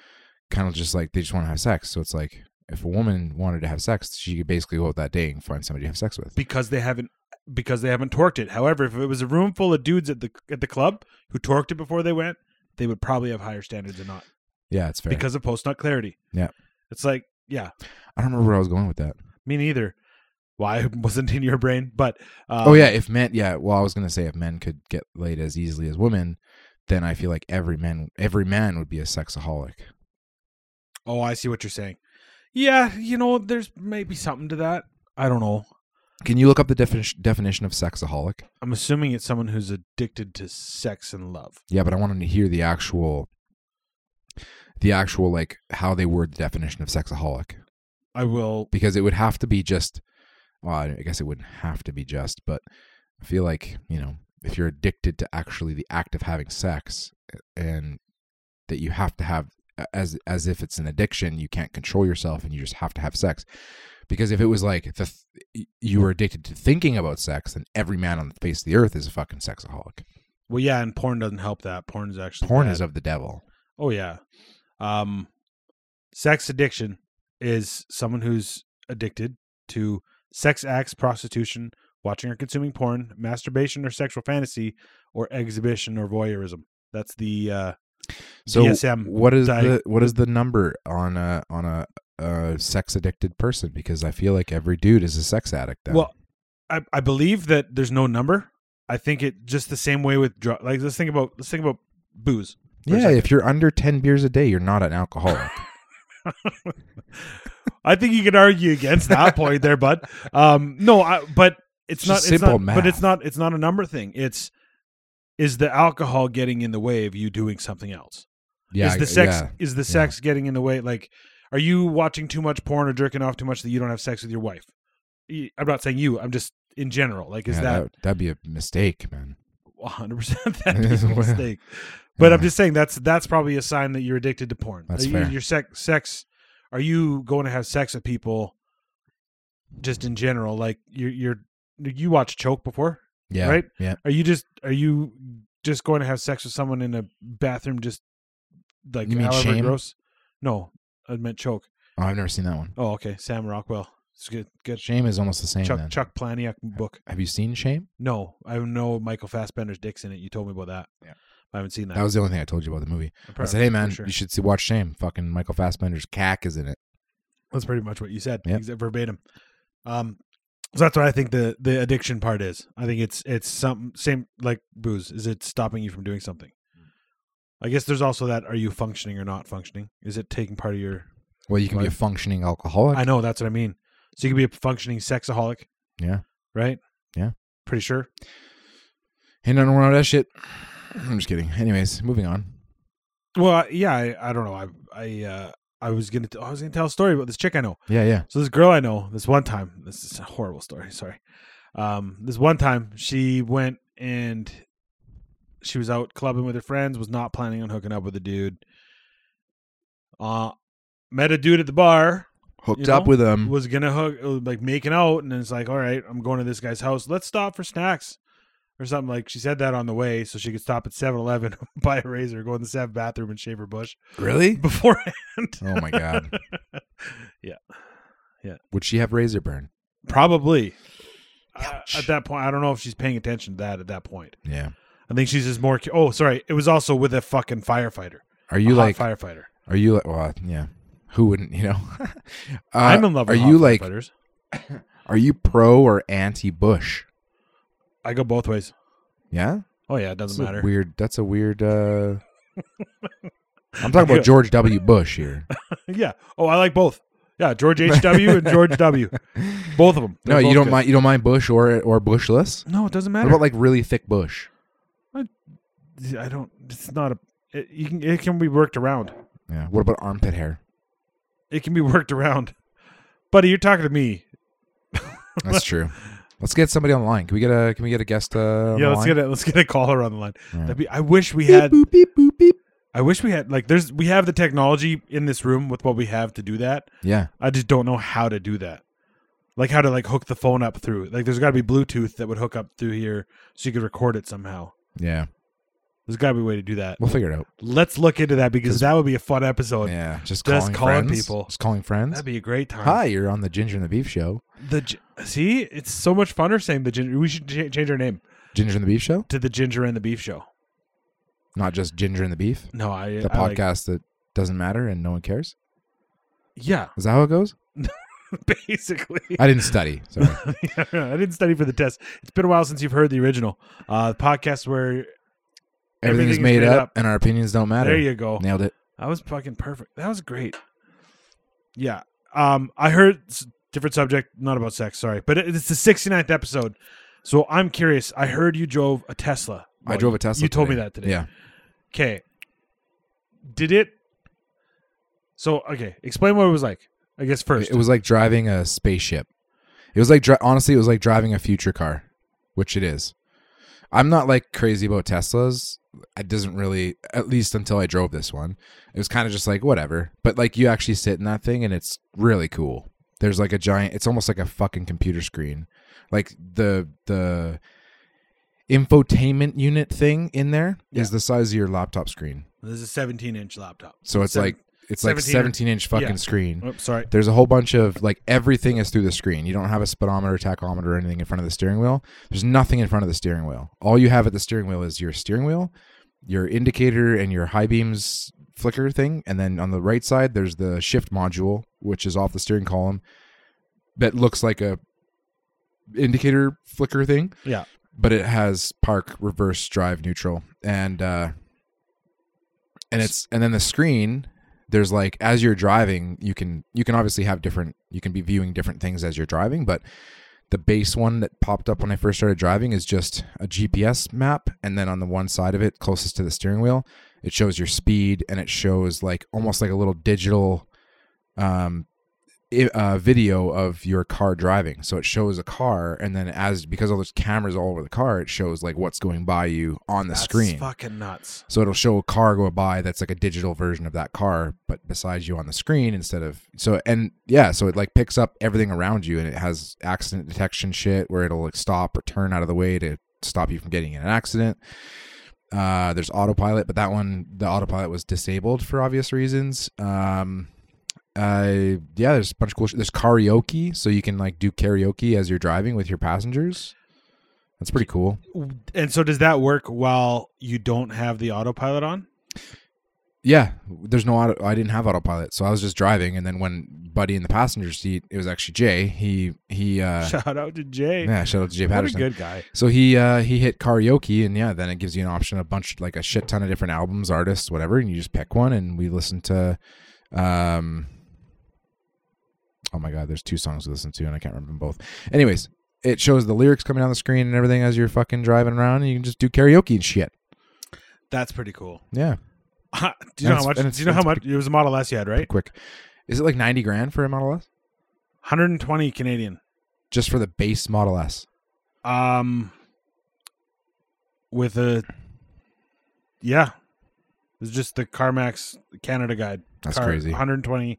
[SPEAKER 1] kind of just like they just want to have sex. So it's like if a woman wanted to have sex, she could basically go out that day and find somebody to have sex with.
[SPEAKER 2] because they haven't because they haven't torqued it. However, if it was a room full of dudes at the at the club who torqued it before they went, they would probably have higher standards than not
[SPEAKER 1] Yeah, it's fair.
[SPEAKER 2] because of post nut clarity.
[SPEAKER 1] Yeah.
[SPEAKER 2] it's like yeah,
[SPEAKER 1] I don't remember where I was going with that.
[SPEAKER 2] me neither. Why I wasn't in your brain? But um,
[SPEAKER 1] oh yeah, if men, yeah. Well, I was gonna say if men could get laid as easily as women, then I feel like every man, every man would be a sexaholic.
[SPEAKER 2] Oh, I see what you're saying. Yeah, you know, there's maybe something to that. I don't know.
[SPEAKER 1] Can you look up the definition definition of sexaholic?
[SPEAKER 2] I'm assuming it's someone who's addicted to sex and love.
[SPEAKER 1] Yeah, but I wanted to hear the actual, the actual like how they word the definition of sexaholic
[SPEAKER 2] I will.
[SPEAKER 1] because it would have to be just. Well, I guess it wouldn't have to be just, but I feel like you know if you're addicted to actually the act of having sex and that you have to have as as if it's an addiction you can't control yourself and you just have to have sex because if it was like the th- you were addicted to thinking about sex then every man on the face of the earth is a fucking sexaholic
[SPEAKER 2] Well, yeah, and porn doesn't help that. Porn is actually
[SPEAKER 1] porn
[SPEAKER 2] bad.
[SPEAKER 1] is of the devil
[SPEAKER 2] Oh yeah. Um sex addiction is someone who's addicted to sex acts, prostitution, watching or consuming porn, masturbation or sexual fantasy, or exhibition or voyeurism. That's the uh
[SPEAKER 1] so
[SPEAKER 2] DSM
[SPEAKER 1] what is
[SPEAKER 2] di-
[SPEAKER 1] the what is the number on a on a, a sex addicted person because i feel like every dude is a sex addict then.
[SPEAKER 2] well I, I believe that there's no number. I think it just the same way with drug like let's think about let's think about booze. for a
[SPEAKER 1] yeah
[SPEAKER 2] second.
[SPEAKER 1] if you're under 10 beers a day you're not an alcoholic
[SPEAKER 2] I think you could argue against that point there, bud. Um, no, I, but it's,
[SPEAKER 1] It's
[SPEAKER 2] not
[SPEAKER 1] just
[SPEAKER 2] it's
[SPEAKER 1] simple
[SPEAKER 2] not, But it's
[SPEAKER 1] math.
[SPEAKER 2] not it's not a number thing. It's is the alcohol getting in the way of you doing something else?
[SPEAKER 1] yeah
[SPEAKER 2] is the
[SPEAKER 1] I-
[SPEAKER 2] sex
[SPEAKER 1] yeah.
[SPEAKER 2] is the sex getting in the way? Like, are you watching too much porn or jerking off too much that you don't have sex with your wife? Y- I'm not saying you. I'm just in general. Like, is
[SPEAKER 1] Yeah,
[SPEAKER 2] that
[SPEAKER 1] that'd be a mistake man
[SPEAKER 2] 100 percent that is a mistake? But I'm just saying that's that's probably a sign that you're addicted to porn.
[SPEAKER 1] That's
[SPEAKER 2] Are you-
[SPEAKER 1] fair.
[SPEAKER 2] Your sex sex are you going to have sex with people just in general? Like you're you're you watch choke before?
[SPEAKER 1] yeah
[SPEAKER 2] right?
[SPEAKER 1] yeah
[SPEAKER 2] Are you just are you just going to have sex with someone in a bathroom just like
[SPEAKER 1] You mean
[SPEAKER 2] however
[SPEAKER 1] shame?
[SPEAKER 2] gross? No, I meant choke.
[SPEAKER 1] oh i've never seen that one
[SPEAKER 2] Oh, okay. Sam Rockwell. It's good good
[SPEAKER 1] shame is almost the same
[SPEAKER 2] Chuck
[SPEAKER 1] then.
[SPEAKER 2] Chuck Planiak book.
[SPEAKER 1] have you seen shame
[SPEAKER 2] No, I know Michael Fassbender's dick's in it. You told me about that.
[SPEAKER 1] Yeah.
[SPEAKER 2] I haven't seen that.
[SPEAKER 1] that was the only thing i told you about the movie i
[SPEAKER 2] Apparently,
[SPEAKER 1] said hey
[SPEAKER 2] for
[SPEAKER 1] man
[SPEAKER 2] sure.
[SPEAKER 1] you should see watch shame fucking michael fassbender's cack is in it
[SPEAKER 2] That's pretty much what you said,
[SPEAKER 1] Yeah.
[SPEAKER 2] exa- verbatim. Um, so that's what I think the the addiction part is. I think it's it's something same like booze. Is it stopping you from doing something?
[SPEAKER 1] Mm.
[SPEAKER 2] I guess there's also that: are you functioning or not functioning? Is it taking part of your?
[SPEAKER 1] well you can be a
[SPEAKER 2] Right.
[SPEAKER 1] functioning alcoholic
[SPEAKER 2] I know that's what I mean. So you could be a functioning sexaholic,
[SPEAKER 1] yeah
[SPEAKER 2] right?
[SPEAKER 1] Yeah.
[SPEAKER 2] pretty sure.
[SPEAKER 1] and i don't know that shit i'm just kidding anyways moving on
[SPEAKER 2] Well, I- yeah, I, I don't know. I I uh, I was gonna t- I was gonna tell a story about this chick I know.
[SPEAKER 1] yeah yeah
[SPEAKER 2] So this girl I know, this one time, this is a horrible story. Sorry. Um, this one time she went and she was out clubbing with her friends, was not planning on hooking up with a dude. Uh, met a dude at the bar,
[SPEAKER 1] hooked
[SPEAKER 2] You
[SPEAKER 1] up
[SPEAKER 2] know?
[SPEAKER 1] with him
[SPEAKER 2] was gonna hook, uh, like making out, and it's like, all right, I'm going to this guy's house. Let's stop for snacks or something. Like she said that on the way, so she could stop at 7-Eleven, buy a razor, go in the sev bathroom, and shave her bush
[SPEAKER 1] really
[SPEAKER 2] beforehand.
[SPEAKER 1] oh my god
[SPEAKER 2] Yeah.
[SPEAKER 1] would she have razor burn
[SPEAKER 2] Probably. Uh,
[SPEAKER 1] Ouch.
[SPEAKER 2] at that point, I don't know if she's paying attention to that at that point.
[SPEAKER 1] yeah
[SPEAKER 2] I think she's just more. cu- Oh, sorry. It was also with a fucking firefighter.
[SPEAKER 1] are
[SPEAKER 2] a
[SPEAKER 1] you
[SPEAKER 2] hot
[SPEAKER 1] like
[SPEAKER 2] firefighter?
[SPEAKER 1] are you like well yeah who wouldn't you know Uh,
[SPEAKER 2] I'm in love.
[SPEAKER 1] are
[SPEAKER 2] with
[SPEAKER 1] you
[SPEAKER 2] hot
[SPEAKER 1] like
[SPEAKER 2] firefighters.
[SPEAKER 1] are you pro or anti bush
[SPEAKER 2] I go both ways.
[SPEAKER 1] yeah
[SPEAKER 2] Oh yeah, it
[SPEAKER 1] That's
[SPEAKER 2] doesn't
[SPEAKER 1] a
[SPEAKER 2] matter.
[SPEAKER 1] weird that's a weird uh i'm talking about george w bush here
[SPEAKER 2] yeah. Oh, I like both. Yeah, George H. W. and George W. Both of them.
[SPEAKER 1] no you don't mind you don't mind bush or or bushless
[SPEAKER 2] No, it doesn't
[SPEAKER 1] what
[SPEAKER 2] matter.
[SPEAKER 1] about like really thick bush
[SPEAKER 2] I don't. It's not a. It, you can. It can be worked around.
[SPEAKER 1] yeah what about armpit hair
[SPEAKER 2] It can be worked around. Buddy, you're talking to me.
[SPEAKER 1] that's true let's get somebody online can we get a can we get a guest uh
[SPEAKER 2] yeah, let's get a let's get a caller on the line.
[SPEAKER 1] Yeah.
[SPEAKER 2] That'd be. I wish we had.
[SPEAKER 1] boop beep boop beep
[SPEAKER 2] I wish we had like there's we have the technology in this room with what we have to do that.
[SPEAKER 1] yeah
[SPEAKER 2] I just don't know how to do that. Like how to like hook the phone up through. Like there's got to be Bluetooth that would hook up through here so you could record it somehow.
[SPEAKER 1] yeah
[SPEAKER 2] There's got to be a way to do that.
[SPEAKER 1] we'll figure it out
[SPEAKER 2] Let's look into that because
[SPEAKER 1] 'Cause-
[SPEAKER 2] that would be a fun episode.
[SPEAKER 1] yeah just,
[SPEAKER 2] Just
[SPEAKER 1] calling,
[SPEAKER 2] calling
[SPEAKER 1] friends.
[SPEAKER 2] people.
[SPEAKER 1] just calling friends
[SPEAKER 2] That'd be a great time.
[SPEAKER 1] hi you're on the ginger and the beef show
[SPEAKER 2] The gi- see, it's so much funner saying the ginger. We should ch- change our name
[SPEAKER 1] ginger and the beef show
[SPEAKER 2] to the Ginger and the Beef Show.
[SPEAKER 1] not just ginger and the beef
[SPEAKER 2] No, I
[SPEAKER 1] the
[SPEAKER 2] I like-
[SPEAKER 1] podcast that doesn't matter and no one cares
[SPEAKER 2] yeah,
[SPEAKER 1] is that how it goes
[SPEAKER 2] basically.
[SPEAKER 1] i didn't study sorry
[SPEAKER 2] I didn't study for the test. It's been a while since you've heard the original uh, the podcast where
[SPEAKER 1] Everything is made, up, and our opinions don't matter.
[SPEAKER 2] There you go.
[SPEAKER 1] Nailed it.
[SPEAKER 2] That was fucking perfect. That was great. Yeah. Um, I heard s- different subject, not about sex. Sorry, but it- it's the 69th episode. So I'm curious. I heard you drove a Tesla.
[SPEAKER 1] I drove a Tesla.
[SPEAKER 2] You told me
[SPEAKER 1] today.
[SPEAKER 2] that today.
[SPEAKER 1] Yeah.
[SPEAKER 2] Okay. Did it? So okay, explain what it was like. I guess first.
[SPEAKER 1] It was like driving a spaceship. It was like dri- honestly, it was like driving a future car, which it is. I'm not like crazy about Teslas. It doesn't really, at least until I drove this one, it was kind of just like whatever. But like you actually sit in that thing and it's really cool. There's like a giant. It's almost like a fucking computer screen, like the the infotainment unit thing in there is
[SPEAKER 2] Yeah.
[SPEAKER 1] the size of your laptop screen.
[SPEAKER 2] This is a 17 inch laptop.
[SPEAKER 1] So it's
[SPEAKER 2] Seven-
[SPEAKER 1] like it's like
[SPEAKER 2] 17 or-
[SPEAKER 1] 17 inch fucking
[SPEAKER 2] yeah.
[SPEAKER 1] screen.
[SPEAKER 2] Oh, sorry.
[SPEAKER 1] There's a whole bunch of like everything is through the screen. You don't have a speedometer, tachometer, or anything in front of the steering wheel. There's nothing in front of the steering wheel. All you have at the steering wheel is your steering wheel, your indicator, and your high beams flicker thing. And then on the right side, there's the shift module, which is off the steering column that looks like a indicator flicker thing
[SPEAKER 2] Yeah.
[SPEAKER 1] but it has park reverse drive neutral and uh and it's and then the screen there's like as you're driving you can you can obviously have different you can be viewing different things as you're driving but the base one that popped up when I first started driving is just a GPS map and then on the one side of it closest to the steering wheel it shows your speed and it shows like almost like a little digital um i- uh, video of your car driving. So it shows a car, and then as because all those cameras all over the car, it shows like what's going by you on the
[SPEAKER 2] That's
[SPEAKER 1] screen.
[SPEAKER 2] fucking nuts.
[SPEAKER 1] So it'll show a car go by that's like a digital version of that car, but besides you on the screen instead of so and yeah, so it like picks up everything around you and it has accident detection shit where it'll like stop or turn out of the way to stop you from getting in an accident. Uh, there's autopilot, but that one the autopilot was disabled for obvious reasons. Um, uh, yeah, there's a bunch of cool. Sh- there's karaoke, so you can like do karaoke as you're driving with your passengers. That's pretty cool.
[SPEAKER 2] And so does that work while you don't have the autopilot on?
[SPEAKER 1] Yeah, there's no auto. I didn't have autopilot, so I was just driving. And then when Buddy in the passenger seat, it was actually Jay. He he. uh
[SPEAKER 2] Shout out to Jay.
[SPEAKER 1] Yeah, shout out to Jay
[SPEAKER 2] what a
[SPEAKER 1] Patterson.
[SPEAKER 2] good guy.
[SPEAKER 1] so he uh he hit karaoke, and yeah, then it gives you an option, a bunch like a shit ton of different albums, artists, whatever, and you just pick one. And we listened to, um, oh my god, there's two songs we listened to, and I can't remember them both. Anyways, it shows the lyrics coming down the screen and everything as you're fucking driving around, and you can just do karaoke and shit.
[SPEAKER 2] That's pretty cool.
[SPEAKER 1] Yeah,
[SPEAKER 2] do you know
[SPEAKER 1] it's-
[SPEAKER 2] how much?
[SPEAKER 1] and it's-
[SPEAKER 2] Do you know how
[SPEAKER 1] it's
[SPEAKER 2] much? It was a Model S you had, right?
[SPEAKER 1] quick. Is it like ninety grand for a Model S?
[SPEAKER 2] 120 Canadian.
[SPEAKER 1] Just for the base Model S.
[SPEAKER 2] Um, with a yeah, it's just the CarMax Canada guide.
[SPEAKER 1] That's
[SPEAKER 2] Car-
[SPEAKER 1] crazy.
[SPEAKER 2] 120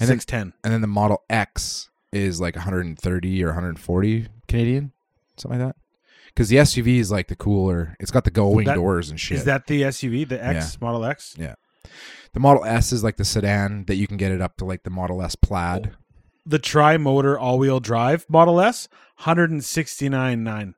[SPEAKER 1] And then-
[SPEAKER 2] 610.
[SPEAKER 1] and then the Model X is like 130 or 140 Canadian, something like that. Because the SUV is like the cooler. It's got the going
[SPEAKER 2] That-
[SPEAKER 1] doors and shit.
[SPEAKER 2] Is that the SUV, the X Model X?
[SPEAKER 1] the Model S is like the sedan that you can get it up to like the Model S Plaid.
[SPEAKER 2] Oh. The tri-motor all-wheel drive Model S, 169 nine.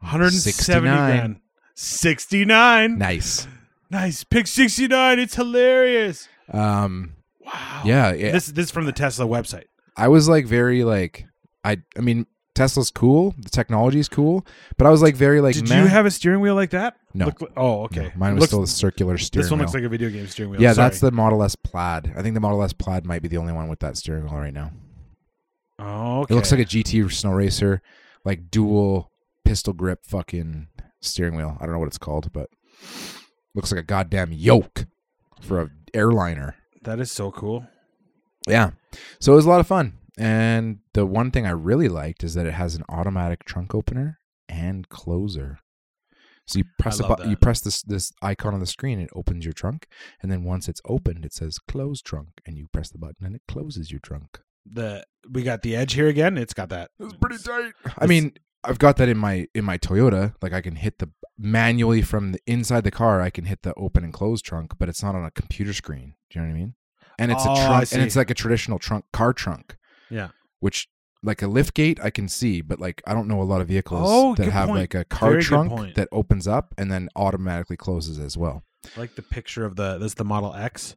[SPEAKER 2] 170 grand. 69.
[SPEAKER 1] Nice.
[SPEAKER 2] Nice. Pick 69. It's hilarious.
[SPEAKER 1] Um,
[SPEAKER 2] Wow.
[SPEAKER 1] yeah, it,
[SPEAKER 2] Oh. This this is from the Tesla website.
[SPEAKER 1] I was like very like I. I mean, Tesla's cool. The technology is cool, but I was like very like.
[SPEAKER 2] Did
[SPEAKER 1] meh.
[SPEAKER 2] you have a steering wheel like that?
[SPEAKER 1] No.
[SPEAKER 2] Look, oh,
[SPEAKER 1] No,
[SPEAKER 2] okay.
[SPEAKER 1] mine was
[SPEAKER 2] Looks-
[SPEAKER 1] still a circular steering
[SPEAKER 2] This one
[SPEAKER 1] wheel.
[SPEAKER 2] looks like a video game steering wheel.
[SPEAKER 1] yeah,
[SPEAKER 2] Sorry.
[SPEAKER 1] that's the Model S Plaid. I think the Model S Plaid might be the only one with that steering wheel right now.
[SPEAKER 2] Oh, okay.
[SPEAKER 1] It looks like a GT snow racer, like dual pistol grip fucking steering wheel. I don't know what it's called, but looks like a goddamn yoke for a airliner.
[SPEAKER 2] that is so cool.
[SPEAKER 1] Yeah. So it was a lot of fun. And the one thing I really liked is that it has an automatic trunk opener and closer. So you press a
[SPEAKER 2] love
[SPEAKER 1] bu- you
[SPEAKER 2] that.
[SPEAKER 1] press this this icon on the screen, it opens your trunk, and then once it's opened, it says close trunk, and you press the button and it closes your trunk.
[SPEAKER 2] The we got the edge here again. It's got that.
[SPEAKER 1] It's pretty tight. I mean, I've got that in my in my Toyota. Like I can hit the manually from the inside the car. I can hit the open and close trunk, but it's not on a computer screen. Do you know what I mean? And it's
[SPEAKER 2] Oh,
[SPEAKER 1] a
[SPEAKER 2] I
[SPEAKER 1] trunk, and it's
[SPEAKER 2] see.
[SPEAKER 1] like a traditional trunk car trunk.
[SPEAKER 2] Yeah.
[SPEAKER 1] which like a lift gate I can see, but like I don't know a lot of vehicles
[SPEAKER 2] Oh,
[SPEAKER 1] that
[SPEAKER 2] good
[SPEAKER 1] have
[SPEAKER 2] point.
[SPEAKER 1] like a car
[SPEAKER 2] Very good
[SPEAKER 1] trunk
[SPEAKER 2] point.
[SPEAKER 1] that opens up and then automatically closes as well.
[SPEAKER 2] I like the picture of the this is the Model X.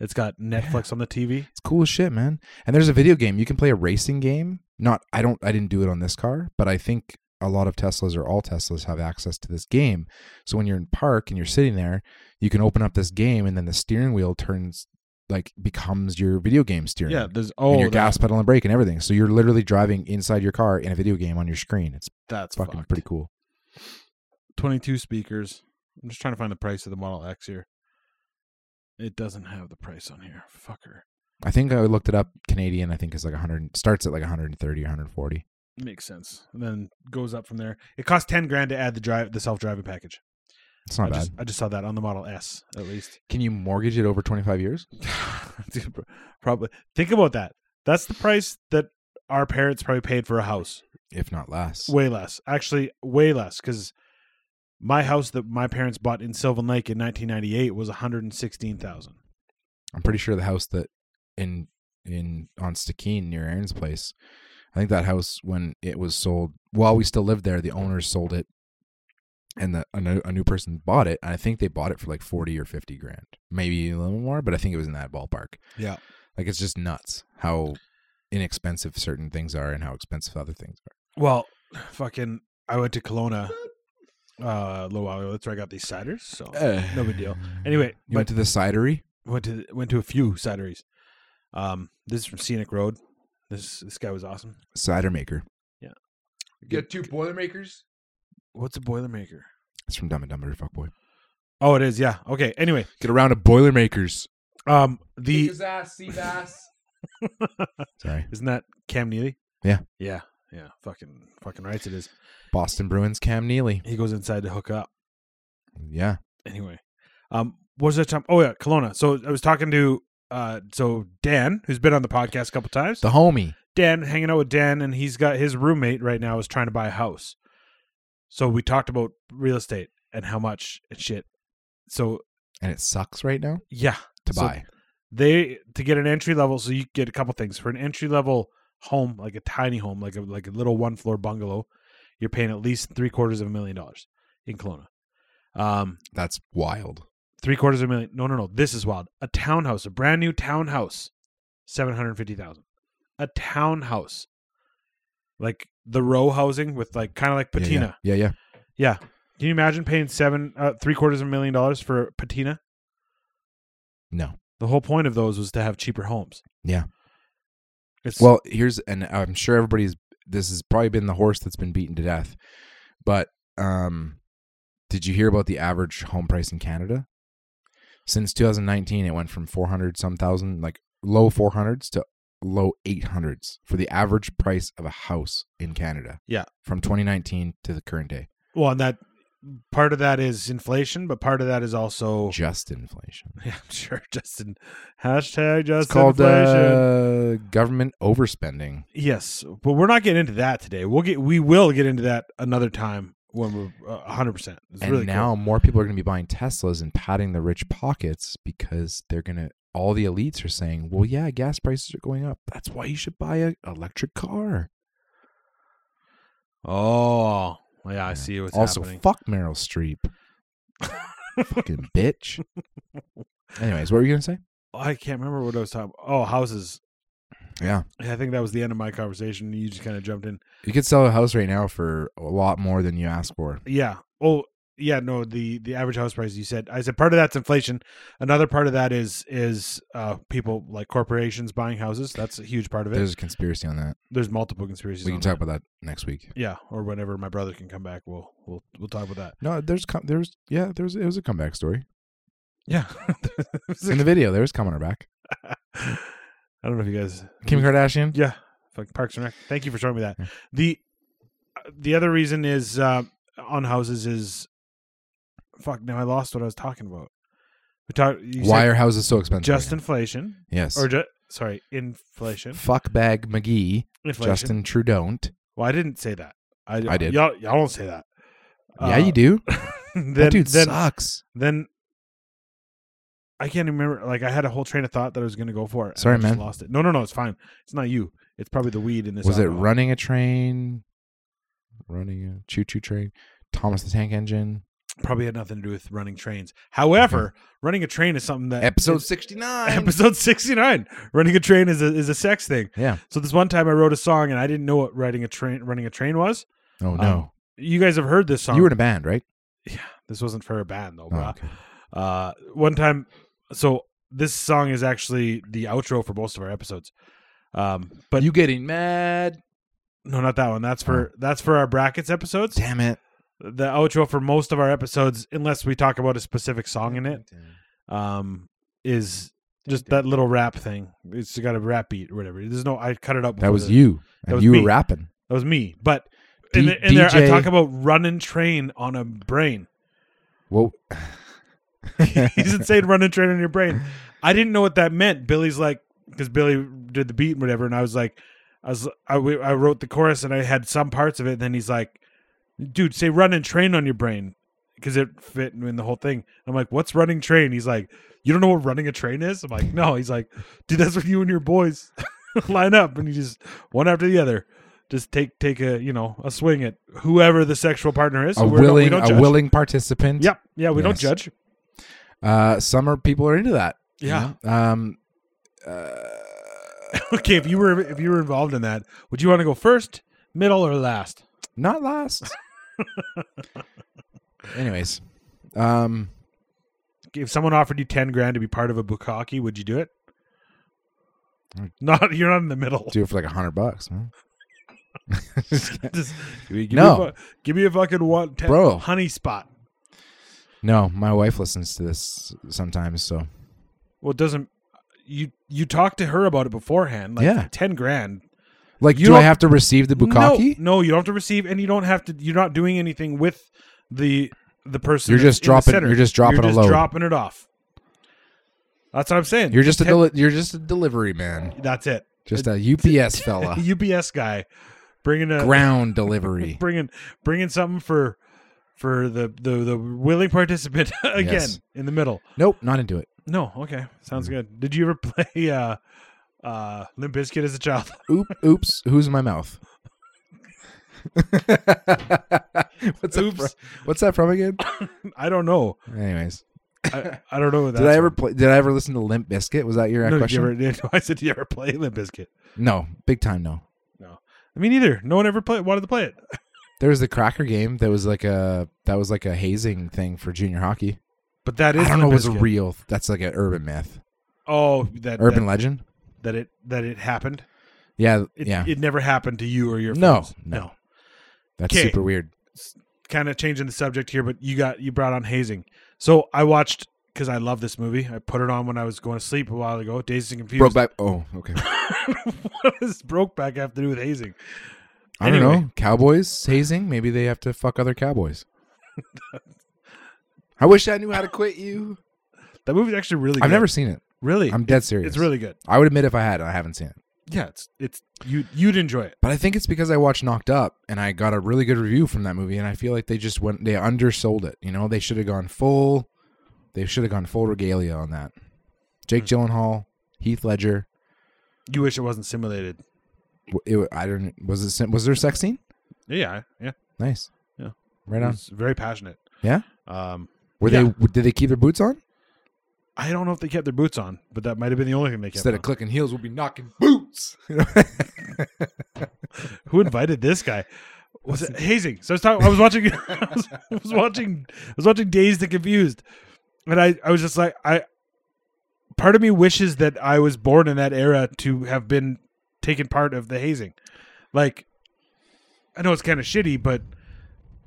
[SPEAKER 2] It's got Netflix on the TV.
[SPEAKER 1] It's cool as shit, man. And there's a video game. You can play a racing game. Not I don't I didn't do it on this car, but I think a lot of Teslas or all Teslas have access to this game. So when you're in park and you're sitting there, you can open up this game and then the steering wheel turns like becomes your video game steering.
[SPEAKER 2] Yeah, there's
[SPEAKER 1] And
[SPEAKER 2] oh
[SPEAKER 1] your
[SPEAKER 2] that-
[SPEAKER 1] gas pedal and brake and everything. So you're literally driving inside your car in a video game on your screen. It's
[SPEAKER 2] that's
[SPEAKER 1] fucking
[SPEAKER 2] fucked.
[SPEAKER 1] pretty cool.
[SPEAKER 2] 22 speakers. I'm just trying to find the price of the Model X here. It doesn't have the price on here. Fucker.
[SPEAKER 1] I think I looked it up. Canadian, I think is like 100 starts at like 130 140.
[SPEAKER 2] Makes sense. And then goes up from there. It costs ten grand to add the drive, the self driving package.
[SPEAKER 1] It's not
[SPEAKER 2] I
[SPEAKER 1] bad.
[SPEAKER 2] just, I just saw that on the Model S, at least.
[SPEAKER 1] Can you mortgage it over 25 years?
[SPEAKER 2] Dude, pro- probably think about that. That's the price that our parents probably paid for a house.
[SPEAKER 1] If not less.
[SPEAKER 2] Way less, actually, way less. Because my house that my parents bought in Sylvan Lake in 1998 was 116 thousand.
[SPEAKER 1] I'm pretty sure the house that in in on Stikeen near Aaron's place. I think that house when it was sold while we still lived there, the owners sold it and the, a, new, a new person bought it. And I think they bought it for like 40 or 50 grand, maybe a little more, but I think it was in that ballpark.
[SPEAKER 2] Yeah.
[SPEAKER 1] Like it's just nuts how inexpensive certain things are and how expensive other things are.
[SPEAKER 2] Well, fucking, I went to Kelowna uh, a little while ago. That's where I got these ciders. So no big deal. Anyway,
[SPEAKER 1] You went to the cidery?
[SPEAKER 2] Uh, went to went to a few cideries. Um, this is from Scenic Road. This this guy was awesome.
[SPEAKER 1] Cider maker.
[SPEAKER 4] Get two Boilermakers.
[SPEAKER 2] What's a boilermaker?
[SPEAKER 1] It's from Dumb and Dumber, fuckboy.
[SPEAKER 2] Oh, it is. Yeah. Okay. Anyway,
[SPEAKER 1] Get around to Boilermakers.
[SPEAKER 2] um,
[SPEAKER 4] Kick
[SPEAKER 2] the
[SPEAKER 4] his ass, sea bass.
[SPEAKER 1] Sorry.
[SPEAKER 2] isn't that Cam Neely?
[SPEAKER 1] Yeah.
[SPEAKER 2] Yeah. Yeah. Fucking fucking rights. It is.
[SPEAKER 1] Boston Bruins, Cam Neely.
[SPEAKER 2] He goes inside to hook up.
[SPEAKER 1] Yeah.
[SPEAKER 2] Anyway, um, what was that time? Oh yeah, Kelowna. So I was talking to uh, so Dan, who's been on the podcast a couple times.
[SPEAKER 1] The homie.
[SPEAKER 2] Dan hanging out with Dan, and he's got his roommate right now is trying to buy a house. So we talked about real estate and how much and shit. So
[SPEAKER 1] And it sucks right now
[SPEAKER 2] yeah,
[SPEAKER 1] to
[SPEAKER 2] So-
[SPEAKER 1] buy.
[SPEAKER 2] they to get an entry level. So you get a couple things for an entry level home, like a tiny home, like a like a little one floor bungalow. You're paying at least three quarters of a million dollars in Kelowna. Um,
[SPEAKER 1] That's wild.
[SPEAKER 2] three quarters of a million. No, no, no. This is wild. A townhouse, a brand new townhouse, seven hundred fifty thousand. A townhouse, like the row housing with like kind of like
[SPEAKER 1] Yeah, yeah.
[SPEAKER 2] patina.
[SPEAKER 1] Yeah, yeah.
[SPEAKER 2] Yeah. Can you imagine paying seven, uh, three quarters of a million dollars for patina?
[SPEAKER 1] No.
[SPEAKER 2] The whole point of those was to have cheaper homes.
[SPEAKER 1] Yeah.
[SPEAKER 2] It's
[SPEAKER 1] Well, here's and I'm sure everybody's this has probably been the horse that's been beaten to death. But um did you hear about the average home price in Canada? Since 2019 it went from 400 some thousand like low 400s to low 800s for the average price of a house in Canada.
[SPEAKER 2] Yeah.
[SPEAKER 1] From 2019 to the current day.
[SPEAKER 2] well, and that part of that is inflation, but part of that is also
[SPEAKER 1] Just inflation.
[SPEAKER 2] yeah, I'm sure Justin hashtag Justin
[SPEAKER 1] It's called
[SPEAKER 2] inflation.
[SPEAKER 1] uh, government overspending.
[SPEAKER 2] Yes, but we're not getting into that today. We'll get we will get into that another time when we're uh, 100%. It's
[SPEAKER 1] and
[SPEAKER 2] really
[SPEAKER 1] now
[SPEAKER 2] cool.
[SPEAKER 1] more people are going to be buying Teslas and padding the rich pockets because they're going to. All the elites are saying, "Well, yeah, gas prices are going up. That's why you should buy an electric car."
[SPEAKER 2] Oh, yeah, I see what's
[SPEAKER 1] also,
[SPEAKER 2] happening.
[SPEAKER 1] fuck Meryl Streep, fucking bitch. Anyways, what were you going to say?
[SPEAKER 2] I can't remember what I was talking Oh, houses.
[SPEAKER 1] Yeah,
[SPEAKER 2] I think that was the end of my conversation. You just kind of jumped in.
[SPEAKER 1] you could sell a house right now for a lot more than you ask for.
[SPEAKER 2] Yeah. Oh, yeah, no, the the average house price you said. I said part of that's inflation. Another part of that is is uh people like corporations buying houses. That's a huge part of it. There's,
[SPEAKER 1] There's a conspiracy on that.
[SPEAKER 2] multiple conspiracies.
[SPEAKER 1] We can
[SPEAKER 2] on
[SPEAKER 1] talk
[SPEAKER 2] that.
[SPEAKER 1] about that next week.
[SPEAKER 2] Yeah, or whenever my brother can come back, we'll we'll we'll talk about that.
[SPEAKER 1] No, there's com- there's yeah, there was it was a comeback story
[SPEAKER 2] Yeah.
[SPEAKER 1] in the video. There was coming her back.
[SPEAKER 2] I don't know if you guys.
[SPEAKER 1] Kim Kardashian.
[SPEAKER 2] Yeah, fuck Parks and Rec. Thank you for showing me that.
[SPEAKER 1] Yeah.
[SPEAKER 2] The uh, the other reason is uh, on houses is fuck. Now I lost what I was talking about. We talked. You
[SPEAKER 1] Why
[SPEAKER 2] said
[SPEAKER 1] are houses so expensive?
[SPEAKER 2] just
[SPEAKER 1] right
[SPEAKER 2] inflation
[SPEAKER 1] now? Yes.
[SPEAKER 2] or ju- sorry inflation?
[SPEAKER 1] Fuck bag McGee,
[SPEAKER 2] Inflation.
[SPEAKER 1] Justin Trudeau.
[SPEAKER 2] Well, I didn't say that. I,
[SPEAKER 1] I did.
[SPEAKER 2] Y'all, y'all don't say that.
[SPEAKER 1] yeah, you do.
[SPEAKER 2] uh, Then,
[SPEAKER 1] that dude
[SPEAKER 2] then,
[SPEAKER 1] sucks.
[SPEAKER 2] then I can't remember. Like I had a whole train of thought that I was going to go for. and
[SPEAKER 1] Sorry,
[SPEAKER 2] I just
[SPEAKER 1] man.
[SPEAKER 2] Lost it. No, no, no. It's fine. It's not you. It's probably the weed in this.
[SPEAKER 1] Was it
[SPEAKER 2] alcohol.
[SPEAKER 1] running a train? Running a choo-choo train? Thomas the Tank Engine.
[SPEAKER 2] probably had nothing to do with running trains. However, running a train is something that
[SPEAKER 1] Episode
[SPEAKER 2] is-
[SPEAKER 1] sixty-nine.
[SPEAKER 2] Uh, episode sixty nine. Running a train is a is a sex thing.
[SPEAKER 1] yeah.
[SPEAKER 2] So this one time I wrote a song and I didn't know what riding a train running a train was.
[SPEAKER 1] Oh no.
[SPEAKER 2] You guys have heard this song.
[SPEAKER 1] you were in a band, right?
[SPEAKER 2] this wasn't for a band though.
[SPEAKER 1] Oh,
[SPEAKER 2] bruh.
[SPEAKER 1] okay.
[SPEAKER 2] Uh, one time, so this song is actually the outro for most of our episodes. Um, but
[SPEAKER 1] you getting mad?
[SPEAKER 2] no, not that one. That's for that's for our brackets episodes.
[SPEAKER 1] Damn it.
[SPEAKER 2] The outro for most of our episodes, unless we talk about a specific song in it, um, is just that little rap thing. It's got a rap beat or whatever. There's no. I cut it up.
[SPEAKER 1] That
[SPEAKER 2] before
[SPEAKER 1] was
[SPEAKER 2] the-
[SPEAKER 1] you,
[SPEAKER 2] that
[SPEAKER 1] and
[SPEAKER 2] was
[SPEAKER 1] you
[SPEAKER 2] me.
[SPEAKER 1] were rapping.
[SPEAKER 2] That was me. But in,
[SPEAKER 1] D-
[SPEAKER 2] the, in there, I
[SPEAKER 1] DJ
[SPEAKER 2] talk about running train on a brain.
[SPEAKER 1] Well,
[SPEAKER 2] He's insane running train on your brain. I didn't know what that meant. Billy's like, because Billy did the beat and whatever, and I was like, I was I, w- I wrote the chorus and I had some parts of it. And then he's like, dude, say running train on your brain because it fit in the whole thing. I'm like, what's running train? He's like, you don't know what running a train is? I'm like, no. He's like, dude, that's when you and your boys line up and you just one after the other. Just take take a you know a swing at whoever the sexual partner is.
[SPEAKER 1] a
[SPEAKER 2] We're not-
[SPEAKER 1] willing,
[SPEAKER 2] judge.
[SPEAKER 1] a willing participant.
[SPEAKER 2] Yep. Yeah, we don't
[SPEAKER 1] Yes.
[SPEAKER 2] judge.
[SPEAKER 1] Uh, some are people are into that. you
[SPEAKER 2] Yeah.
[SPEAKER 1] know? Um,
[SPEAKER 2] Okay, if you were if you were involved in that, would you want to go first, middle, or last?
[SPEAKER 1] not last. Anyways, um,
[SPEAKER 2] If someone offered you ten grand to be part of a bukkake, would you do it?
[SPEAKER 1] Hmm.
[SPEAKER 2] Not you're not in the middle.
[SPEAKER 1] do it for like a hundred bucks, man. Just kidding.
[SPEAKER 2] Just give, me
[SPEAKER 1] No.
[SPEAKER 2] a fu- give me a fucking one, 10,
[SPEAKER 1] Bro.
[SPEAKER 2] honey spot.
[SPEAKER 1] no, my wife listens to this sometimes, so
[SPEAKER 2] Well, it doesn't you you talked to her about it beforehand? Like
[SPEAKER 1] Yeah.
[SPEAKER 2] ten grand.
[SPEAKER 1] like,
[SPEAKER 2] You
[SPEAKER 1] do I
[SPEAKER 2] don't-
[SPEAKER 1] have to receive the bukkake?
[SPEAKER 2] No, no, you don't have to receive, and you don't have to. You're not doing anything with the the person.
[SPEAKER 1] You're
[SPEAKER 2] that's
[SPEAKER 1] just
[SPEAKER 2] in the
[SPEAKER 1] dropping-
[SPEAKER 2] center.
[SPEAKER 1] you're just dropping a load.
[SPEAKER 2] dropping it off. That's what I'm saying.
[SPEAKER 1] You're just a
[SPEAKER 2] Ten-
[SPEAKER 1] deli- you're just a delivery man,
[SPEAKER 2] That's it.
[SPEAKER 1] just a UPS
[SPEAKER 2] A
[SPEAKER 1] fella,
[SPEAKER 2] UPS guy bringing a
[SPEAKER 1] ground delivery.
[SPEAKER 2] bringing bringing something for for the the, the willing participant again
[SPEAKER 1] Yes.
[SPEAKER 2] in the middle.
[SPEAKER 1] Nope, not into it.
[SPEAKER 2] No, okay,
[SPEAKER 1] Mm.
[SPEAKER 2] sounds good. Did you ever play uh uh Limp Bizkit as a child?
[SPEAKER 1] Oop, oops, who's in my mouth? what's that
[SPEAKER 2] Oops.
[SPEAKER 1] from- what's that from again?
[SPEAKER 2] I don't know.
[SPEAKER 1] Anyways,
[SPEAKER 2] I, I don't know. what
[SPEAKER 1] did I
[SPEAKER 2] that's
[SPEAKER 1] ever
[SPEAKER 2] from.
[SPEAKER 1] play, did I ever listen to Limp Biscuit? Was that your
[SPEAKER 2] No, did you
[SPEAKER 1] question?
[SPEAKER 2] ever, I said, did you ever play Limp Bizkit?
[SPEAKER 1] No, big time no.
[SPEAKER 2] Me neither. No one ever played. Wanted to play it.
[SPEAKER 1] There was the Cracker game that was like a that was like a hazing thing for junior hockey.
[SPEAKER 2] But that is.
[SPEAKER 1] I don't know,
[SPEAKER 2] Limp
[SPEAKER 1] it was a
[SPEAKER 2] Bizkit.
[SPEAKER 1] real. That's like an urban myth,
[SPEAKER 2] Oh, that
[SPEAKER 1] urban
[SPEAKER 2] that,
[SPEAKER 1] legend.
[SPEAKER 2] that it that it happened.
[SPEAKER 1] Yeah,
[SPEAKER 2] It,
[SPEAKER 1] yeah,
[SPEAKER 2] It never happened to you or your.
[SPEAKER 1] No,
[SPEAKER 2] friends.
[SPEAKER 1] no.
[SPEAKER 2] no.
[SPEAKER 1] that's
[SPEAKER 2] 'kay.
[SPEAKER 1] super weird.
[SPEAKER 2] kind of changing the subject here, but you got you brought on hazing. So I watched because I love this movie. I put it on when I was going to sleep a while ago. Dazed and confused.
[SPEAKER 1] Broke back. Oh, okay.
[SPEAKER 2] what does Brokeback have to do with hazing?
[SPEAKER 1] I don't
[SPEAKER 2] Anyway.
[SPEAKER 1] know. Cowboys hazing. Maybe they have to fuck other cowboys. I wish I knew how to quit you.
[SPEAKER 2] That movie's actually really.
[SPEAKER 1] I've
[SPEAKER 2] good.
[SPEAKER 1] never seen it.
[SPEAKER 2] really.
[SPEAKER 1] I'm dead serious.
[SPEAKER 2] it's really good.
[SPEAKER 1] I would admit if I had, I haven't seen it.
[SPEAKER 2] Yeah, it's it's you you'd enjoy it.
[SPEAKER 1] But I think it's because I watched Knocked Up and I got a really good review from that movie, and I feel like they just went they undersold it. You know, they should have gone full. They should have gone full regalia on that. Jake Gyllenhaal, Heath Ledger.
[SPEAKER 2] You wish it wasn't simulated.
[SPEAKER 1] w- It, wa- I don't. Was it? sim- Was there a sex scene?
[SPEAKER 2] Yeah, yeah.
[SPEAKER 1] Nice.
[SPEAKER 2] Yeah.
[SPEAKER 1] Right on.
[SPEAKER 2] It's very passionate.
[SPEAKER 1] Yeah.
[SPEAKER 2] Um,
[SPEAKER 1] Were they? w- Did they keep their boots on?
[SPEAKER 2] I don't know if they kept their boots on, but that might have been the only thing they kept.
[SPEAKER 1] Instead
[SPEAKER 2] On.
[SPEAKER 1] of clicking heels, we'll be knocking boots.
[SPEAKER 2] Who invited this guy? Was it hazing? So I was talking. I was watching. I was, I was watching. I was watching Dazed and Confused, and I I was just like I. Part of me wishes that I was born in that era to have been taken part of the hazing, like. I know it's kind of shitty, but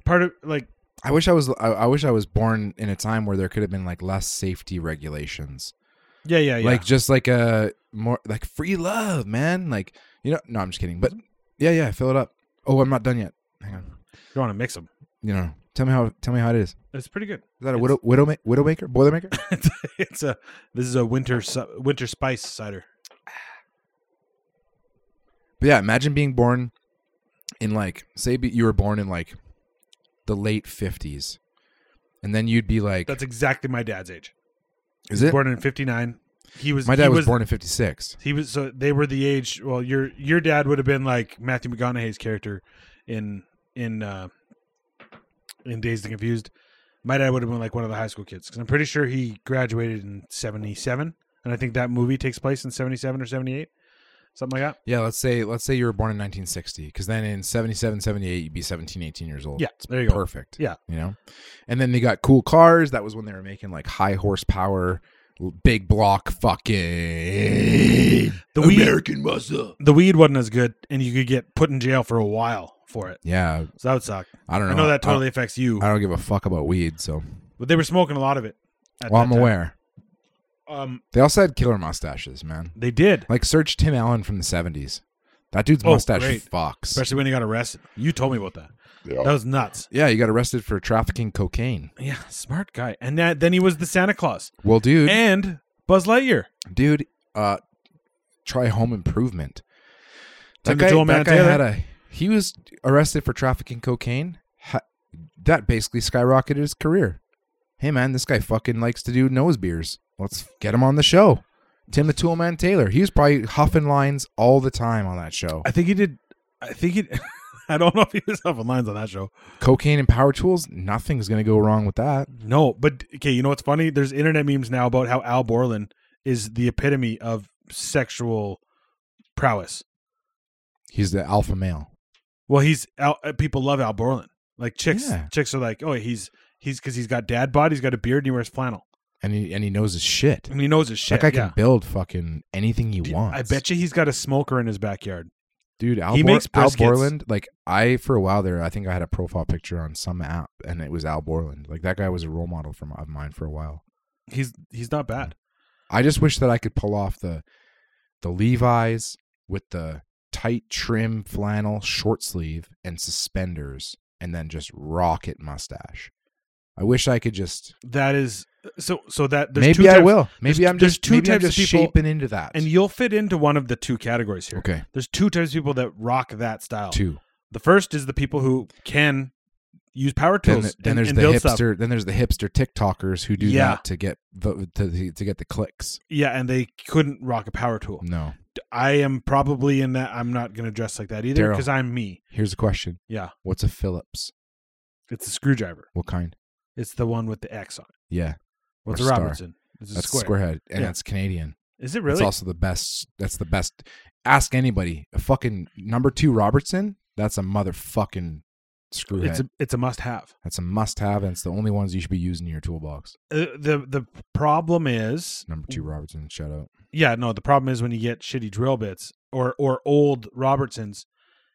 [SPEAKER 2] part of like
[SPEAKER 1] I wish I was. I, I wish I was born in a time where there could have been like less safety regulations,
[SPEAKER 2] yeah yeah yeah
[SPEAKER 1] like just like a more like free love, man. Like you know, no, I'm just kidding. But
[SPEAKER 2] Mm-hmm.
[SPEAKER 1] yeah, yeah, fill it up. Oh, I'm not done yet. Hang on.
[SPEAKER 2] you want to mix them.
[SPEAKER 1] You know, tell me how. Tell me how it is. Is
[SPEAKER 2] It's pretty good.
[SPEAKER 1] that a
[SPEAKER 2] It's-
[SPEAKER 1] widow widow ma- widowmaker boilermaker?
[SPEAKER 2] it's, it's a this is a winter su- winter spice cider.
[SPEAKER 1] but yeah, imagine being born in like say be, you were born in like the late 50s, and then you'd be like,
[SPEAKER 2] That's exactly my dad's age.
[SPEAKER 1] is it?
[SPEAKER 2] Born in '59. He was
[SPEAKER 1] My dad
[SPEAKER 2] he
[SPEAKER 1] was, born in 56.
[SPEAKER 2] He was so they were the age. Well, your your dad would have been like Matthew McConaughey's character in in uh, in Dazed and Confused. My dad would have been like one of the high school kids because I'm pretty sure he graduated in '77, and I think that movie takes place in '77 or '78, something like that.
[SPEAKER 1] Yeah, let's say let's say you were born in 1960 because then in 77, 78, you'd be 17, 18 years old.
[SPEAKER 2] Yeah, there you go.
[SPEAKER 1] Oh, perfect.
[SPEAKER 2] Yeah.
[SPEAKER 1] you know, and then they got cool cars. That was when they were making like high horsepower, l- big block fucking
[SPEAKER 2] The weed
[SPEAKER 4] American muscle.
[SPEAKER 2] the weed wasn't as good, and you could get put in jail for a while for it.
[SPEAKER 1] Yeah,
[SPEAKER 2] So that would suck.
[SPEAKER 1] I don't know.
[SPEAKER 2] I know that totally affects you,
[SPEAKER 1] I don't, give a fuck about weed, so
[SPEAKER 2] but they were smoking a lot of it. at
[SPEAKER 1] well,
[SPEAKER 2] that
[SPEAKER 1] I'm
[SPEAKER 2] time.
[SPEAKER 1] aware.
[SPEAKER 2] Um,
[SPEAKER 1] They also had killer mustaches, man.
[SPEAKER 2] they did.
[SPEAKER 1] Like search Tim Allen from the 70s. That dude's
[SPEAKER 2] Oh,
[SPEAKER 1] mustache
[SPEAKER 2] great.
[SPEAKER 1] fucks.
[SPEAKER 2] especially when he got arrested. You told me about that. That was nuts.
[SPEAKER 1] yeah, he got arrested for trafficking cocaine.
[SPEAKER 2] Yeah, smart guy. And that then he was the Santa Claus
[SPEAKER 1] Well, dude,
[SPEAKER 2] and Buzz Lightyear.
[SPEAKER 1] dude, uh, try home improvement. That
[SPEAKER 2] Tim the
[SPEAKER 1] guy,
[SPEAKER 2] Tool Man
[SPEAKER 1] that guy
[SPEAKER 2] Taylor.
[SPEAKER 1] had a. He was arrested for trafficking cocaine. Ha, that basically skyrocketed his career. Hey man, this guy fucking likes to do nose beers. Let's get him on the show. Tim the Tool Man Taylor. He was probably huffing lines all the time on that show.
[SPEAKER 2] I think he did. I think he. I don't know if he was up in lines on that show.
[SPEAKER 1] Cocaine and power tools. Nothing's gonna go wrong with that.
[SPEAKER 2] No, but okay. You know what's funny? There's internet memes now about how Al Borland is the epitome of sexual prowess.
[SPEAKER 1] He's the alpha male.
[SPEAKER 2] Well, he's Al, uh, people love Al Borland. Like chicks,
[SPEAKER 1] Yeah.
[SPEAKER 2] chicks are like, oh, he's he's because he's got dad bod, he's got a beard, and he wears flannel,
[SPEAKER 1] And he and he knows his shit.
[SPEAKER 2] and he knows his shit.
[SPEAKER 1] That guy
[SPEAKER 2] yeah.
[SPEAKER 1] can build fucking anything he
[SPEAKER 2] Dude,
[SPEAKER 1] wants.
[SPEAKER 2] I bet you he's got a smoker in his backyard.
[SPEAKER 1] Dude, Al,
[SPEAKER 2] He
[SPEAKER 1] Bor-
[SPEAKER 2] makes
[SPEAKER 1] Al
[SPEAKER 2] briskets.
[SPEAKER 1] Borland, like I for a while there, I think I had a profile picture on some app and it was Al Borland. Like that guy was a role model for my, of mine for a while.
[SPEAKER 2] He's he's not bad.
[SPEAKER 1] I just wish that I could pull off the the Levi's with the tight trim flannel short sleeve and suspenders and then just rocket mustache. I wish I could just
[SPEAKER 2] That is so so that there's two
[SPEAKER 1] maybe I
[SPEAKER 2] types,
[SPEAKER 1] will. Maybe
[SPEAKER 2] there's-
[SPEAKER 1] I'm
[SPEAKER 2] there's
[SPEAKER 1] just
[SPEAKER 2] two
[SPEAKER 1] maybe I'm
[SPEAKER 2] types of
[SPEAKER 1] just
[SPEAKER 2] people-
[SPEAKER 1] shaping into that.
[SPEAKER 2] and you'll fit into one of the two categories here.
[SPEAKER 1] okay,
[SPEAKER 2] There's two types of people that rock that style.
[SPEAKER 1] two.
[SPEAKER 2] The first is the people who can use power
[SPEAKER 1] Then,
[SPEAKER 2] tools
[SPEAKER 1] the- then
[SPEAKER 2] and,
[SPEAKER 1] there's
[SPEAKER 2] and
[SPEAKER 1] the
[SPEAKER 2] build
[SPEAKER 1] hipster.
[SPEAKER 2] stuff.
[SPEAKER 1] Then there's the hipster TikTokers who do
[SPEAKER 2] Yeah.
[SPEAKER 1] that to get the to, to get the clicks.
[SPEAKER 2] Yeah, and they couldn't rock a power tool.
[SPEAKER 1] No.
[SPEAKER 2] I am probably in that. I'm not going to dress like that either
[SPEAKER 1] Daryl.
[SPEAKER 2] because I'm me.
[SPEAKER 1] Here's a question.
[SPEAKER 2] Yeah,
[SPEAKER 1] What's a Phillips?
[SPEAKER 2] it's a screwdriver.
[SPEAKER 1] What kind?
[SPEAKER 2] It's the one with the X on it.
[SPEAKER 1] Yeah,
[SPEAKER 2] What's
[SPEAKER 1] Or
[SPEAKER 2] a
[SPEAKER 1] star.
[SPEAKER 2] Robertson? It's a
[SPEAKER 1] that's
[SPEAKER 2] square.
[SPEAKER 1] squarehead,
[SPEAKER 2] Yeah.
[SPEAKER 1] and that's Canadian.
[SPEAKER 2] Is it
[SPEAKER 1] It's
[SPEAKER 2] really?
[SPEAKER 1] also the best. That's the best. Ask anybody. A fucking number two Robertson. That's a motherfucking screwhead.
[SPEAKER 2] It's a it's a must have.
[SPEAKER 1] that's a must-have, and it's the only ones you should be using in your toolbox.
[SPEAKER 2] Uh, the the problem is
[SPEAKER 1] Number two Robertson. Shout out.
[SPEAKER 2] yeah no the problem is when you get shitty drill bits or or old Robertsons